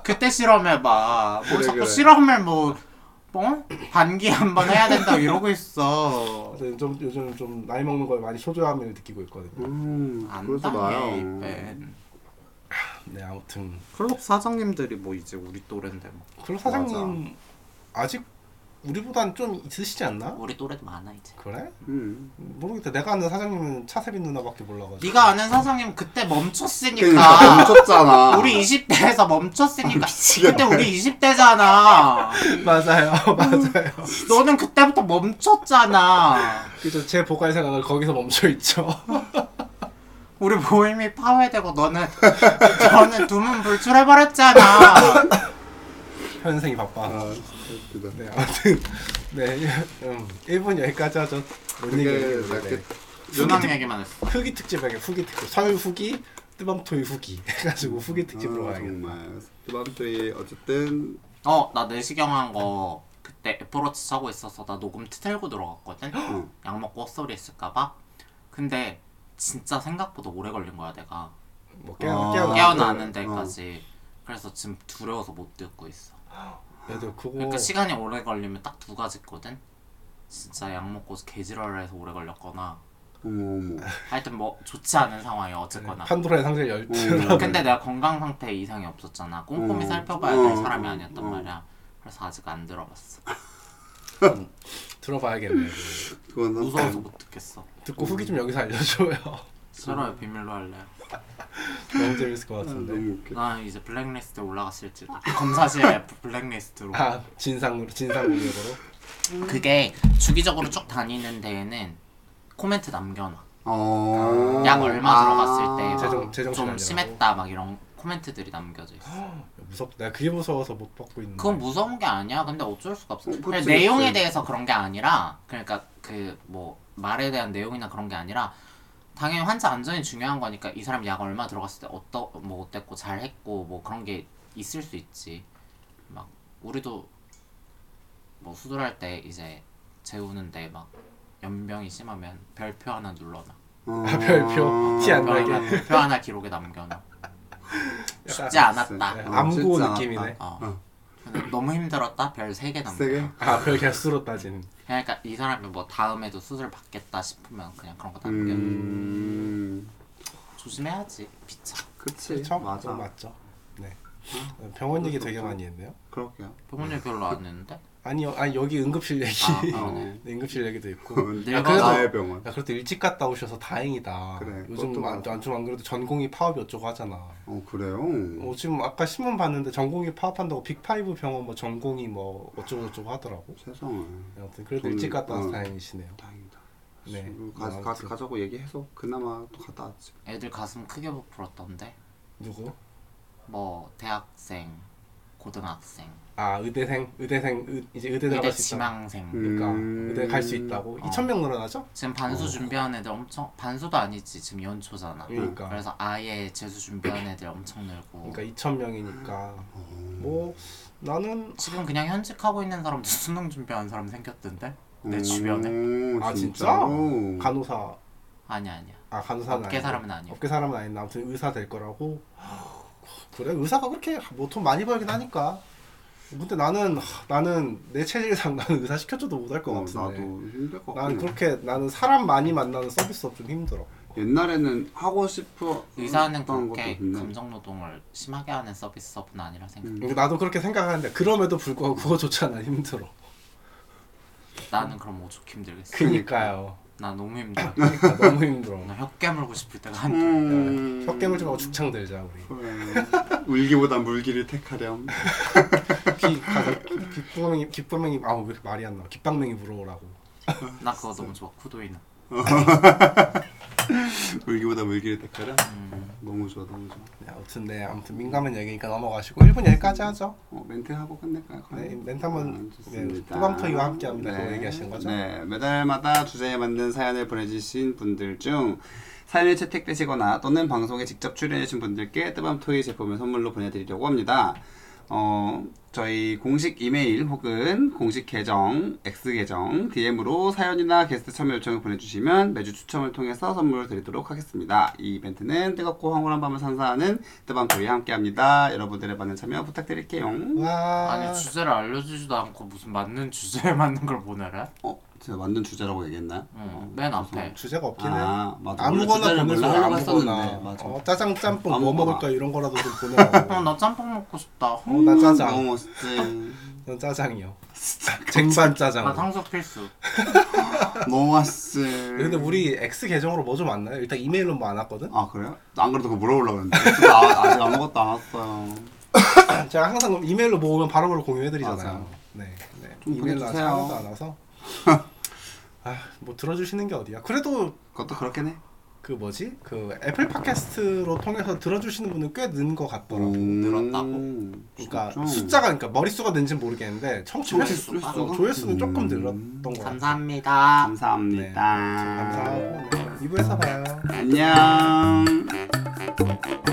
그때 실험해봐. 뭐
그래,
자꾸
그래.
실험을 뭐, 뭐 반기 한 번 해야 된다 이러고 있어.
네, 좀 요즘 좀 나이 먹는 거에 많이 초조함을 느끼고 있거든요.
음,
안
그러지
당해
마요.
입밴.
네 아무튼
클럽 사장님들이 뭐 이제 우리 또래인데 뭐.
클럽 사장님 아직 우리보단 좀 있으시지 않나?
우리 또래도 많아 이제.
그래?
음.
모르겠다. 내가 아는 사장님은 차세빈 누나밖에 몰라가지고.
네가 아는 사장님 그때 멈췄으니까.
그러니까 멈췄잖아.
우리 20대에서 멈췄으니까 그때 우리 20대잖아
맞아요,
음.
맞아요.
너는 그때부터 멈췄잖아
그래서 제 보갈 생각을 거기서 멈춰 있죠.
우리 모임이 파회되고 너는 너는 두문 불출해버렸잖아
현생이 바빠.
아, 진짜 웃기다.
네 아무튼 네 음, 1분 여기까지 하죠. 뭔
그게
얘기예요,
나
네.
유망 얘기만 했어
후기 특집하게 후기 특집 서울 후기 뜨밤토이 후기 해가지고 후기 네, 특집으로
아,
가야겠다.
정말. 두밤토이 어쨌든
어 나 내시경 한 거 그때 애플워치 차고 있어서 나 녹음 틀고 들어갔거든
응.
약 먹고 헛소리 했을까봐 근데 진짜 생각보다 오래 걸린 거야 내가
뭐
아,
깨어 깨어
깨어나는 데까지 그래서 지금 두려워서 못 듣고 있어
얘도 그거
그러니까 시간이 오래 걸리면 딱 두 가지 있거든. 진짜 약 먹고 개지랄을 해서 오래 걸렸거나
어머 어머.
하여튼 뭐 좋지 않은 상황이 어쨌거나.
판도라의 상자 열쇠.
음.
근데 내가 건강 상태 이상이 없었잖아. 꼼꼼히
음.
살펴봐야 될
음.
사람이 아니었단
음.
말이야. 그래서 아직 안 들어봤어.
들어봐야겠네.
그건
무서워서 못 듣겠어.
듣고 후기 좀 여기서 알려줘요.
싫어요 비밀로 할래.
너무 재밌을 것
아,
같은데.
너무 웃겨.
나 이제 블랙리스트 에 올라갔을지도 검사실에 블랙리스트로.
아 진상으로 진상 공격으로.
그게 주기적으로 쭉 다니는 데에는 코멘트 남겨놔.
어.
약 얼마
아.
들어갔을
재정-
때 좀
재정신하려고.
심했다 막 이런 코멘트들이 남겨져 있어.
무섭. 내가 그게 무서워서 못 받고 있는.
그건 무서운 게 아니야. 근데 어쩔 수가 없어.
어, 그치,
그냥
그치.
내용에 대해서 그런 게 아니라, 그러니까 그 뭐 말에 대한 내용이나 그런 게 아니라, 당연히 환자 안전이 중요한 거니까 이 사람 약 얼마 들어갔을 때 어떠 뭐 어땠고 잘했고 뭐 그런 게 있을 수 있지. 막 우리도 뭐 수술할 때 이제 재우는데 막 연병이 심하면 별표 하나 눌러놔.
어.
아, 별표 티 안
별표 하나,
나게.
별표 하나 기록에 남겨놔.
약간
쉽지 않았다.
네,
어,
암고
쉽지 않았다.
느낌이네.
어. 너무 힘들었다. 별 세 개
아, 세 개?
남겨.
아별 개수로 따지는.
그러니까 이 사람이 뭐 다음에도 수술 받겠다 싶으면 그냥 그런 거
음.
남겨
음.
조심해야지 비차
그치.
그렇죠?
맞아. 어?
맞죠. 네. 병원 얘기 되게 많이 했네요.
그럴게요.
병원에 별로 안 했는데
아니요, 아니 여기 응급실 얘기,
아,
어.
네, 응급실 얘기도 있고.
늙어
야, 아, 그래도- 네.
나의 병원.
야, 그래도 일찍 갔다 오셔서 다행이다.
그래,
요즘
그것도
안,
그렇고.
안, 좀안 그래도 전공이 파업 어쩌고 하잖아.
어 그래요.
어, 지금 아까 신문 봤는데 전공이 파업한다고 빅파이브 병원 뭐 전공이 뭐 어쩌고 저쩌고 하더라고. 네,
세상에
아무튼 그래도
좀,
일찍 갔다 와서
어.
다행이시네요.
다행이다.
네.
가, 가,
아무튼.
가자고 얘기해서 그나마 또 갔다 왔지.
애들 가슴 크게 부풀었던데
누구?
뭐 대학생 고등학생
아 의대생, 의대생, 의, 이제 의대
의대
들어갈 수 있다.
지망생
그러니까
음.
의대 갈 수 있다고. 2,000명 늘어나죠?
지금 반수 준비한 애들 엄청 반수도 아니지 지금 연초잖아
그러니까.
그래서 아예 재수 준비한 애들 엄청 늘고
그러니까 2,000명이니까 뭐 나는
지금 그냥 현직하고 있는 사람도 수능 준비한 사람 생겼던데 내
음,
주변에
아 진짜?
진짜로?
간호사
아니 아니야
아 간호사는
업계
아니고.
사람은 아니야
업계 사람은 아닌데 아무튼 의사 될 거라고 그래 의사가 그렇게 뭐 돈 많이 벌긴 하니까 근데 나는 하, 나는 내 체질상 나는 의사 시켜줘도 못할 것
어,
같은데
나도 음. 힘들 것
네. 나는
같아.
그렇게 나는 사람 많이 만나는 서비스업 좀 힘들어
음. 옛날에는 하고 싶어
의사는
했던
그렇게
것도 있네.
감정 노동을 심하게 하는 서비스업은 아니라 생각.
음.
근데 그러니까 나도 그렇게 생각하는데 그럼에도 불구하고 그거조차 난 힘들어
나는 그럼 오죽 힘들겠어.
그니까요
나 너무 힘들어.
그러니까 너무 힘들어
나 혀 깨물고 싶을 때가 한두.
음.
혀 깨물지 말고 죽창 들자 우리
그래. 울기보단 물기를 택하렴.
기, 가서 기쁨이 기쁨이 아왜 이렇게 말이 안 나와 기빵맹이 물어오라고
나 그거 너무 좋아. 쿠도이는.
울기보단 물기를 택하렴.
음.
너무 좋아, 너무 좋아.
네, 아무튼 네 아무튼 민감한 얘기니까 넘어가시고 1분 여기까지 하죠
어, 멘트 하고 끝낼까요?
네, 멘트 한번,
아, 좋습니다.
네, 뚜밤토이와 함께합니다. 그거 얘기하시는 거죠?
네, 매달마다 주제에 맞는 사연을 보내주신 분들 중 사연이 채택되시거나 또는 방송에 직접 출연해주신 분들께 뜨밤토이 제품을 선물로 보내드리려고 합니다. 어, 저희 공식 이메일 혹은 공식 계정, X 계정, DM으로 사연이나 게스트 참여 요청을 보내주시면 매주 추첨을 통해서 선물을 드리도록 하겠습니다. 이 이벤트는 뜨겁고 황홀한 밤을 선사하는 뜨밤토이와 함께합니다. 여러분들의 많은 참여 부탁드릴게요.
와
아니 주제를 알려주지도 않고 무슨 맞는 주제에 맞는 걸 보내래?
어? 제가 만든 주제라고 얘기했나요?
응.
어,
맨
죄송-
앞에.
주제가 없긴 해
아, 맞아.
아무거나
원래 주제를
보내서
원래 하려고
아무거나
했었는데, 네, 맞아.
어, 짜장 짬뽕 뭐
아무거나.
먹을까 이런 거라도 좀
어,
보내라고
나 짬뽕 먹고 싶다.
어, 나
너무
짜장
멋있지.
난 짜장이요 쟁반
나
짜장
탕수 필수.
어. 너무 맛있지.
근데 뭐- 우리 X 계정으로 뭐 좀 왔나요? 일단 이메일로 뭐 안 왔거든?
아 그래요? 나안 그래도 그거 물어보려고 했는데 나 아직 아무것도 안 왔어요.
제가 항상 그럼 이메일로 모으면 바로바로 공유해드리잖아요
맞아요.
네, 네.
좀
이메일로 아직
보내주세요.
하나도 안 와서 아 뭐 들어주시는 게 어디야 그래도
그것도 그렇긴 해.
그 뭐지? 그 애플 팟캐스트로 통해서 들어주시는 분은 꽤 는 것 같더라고
늘었다고?
음, 그러니까
음, 진짜?
숫자가 그러니까 머릿수가 는지는 모르겠는데 청취
조회수.
횟수
조회수가?
어, 조회수는 조금
음.
늘었던 것 같아요.
감사합니다.
네.
감사합니다.
감사하고 네. 2부에서 봐요.
안녕.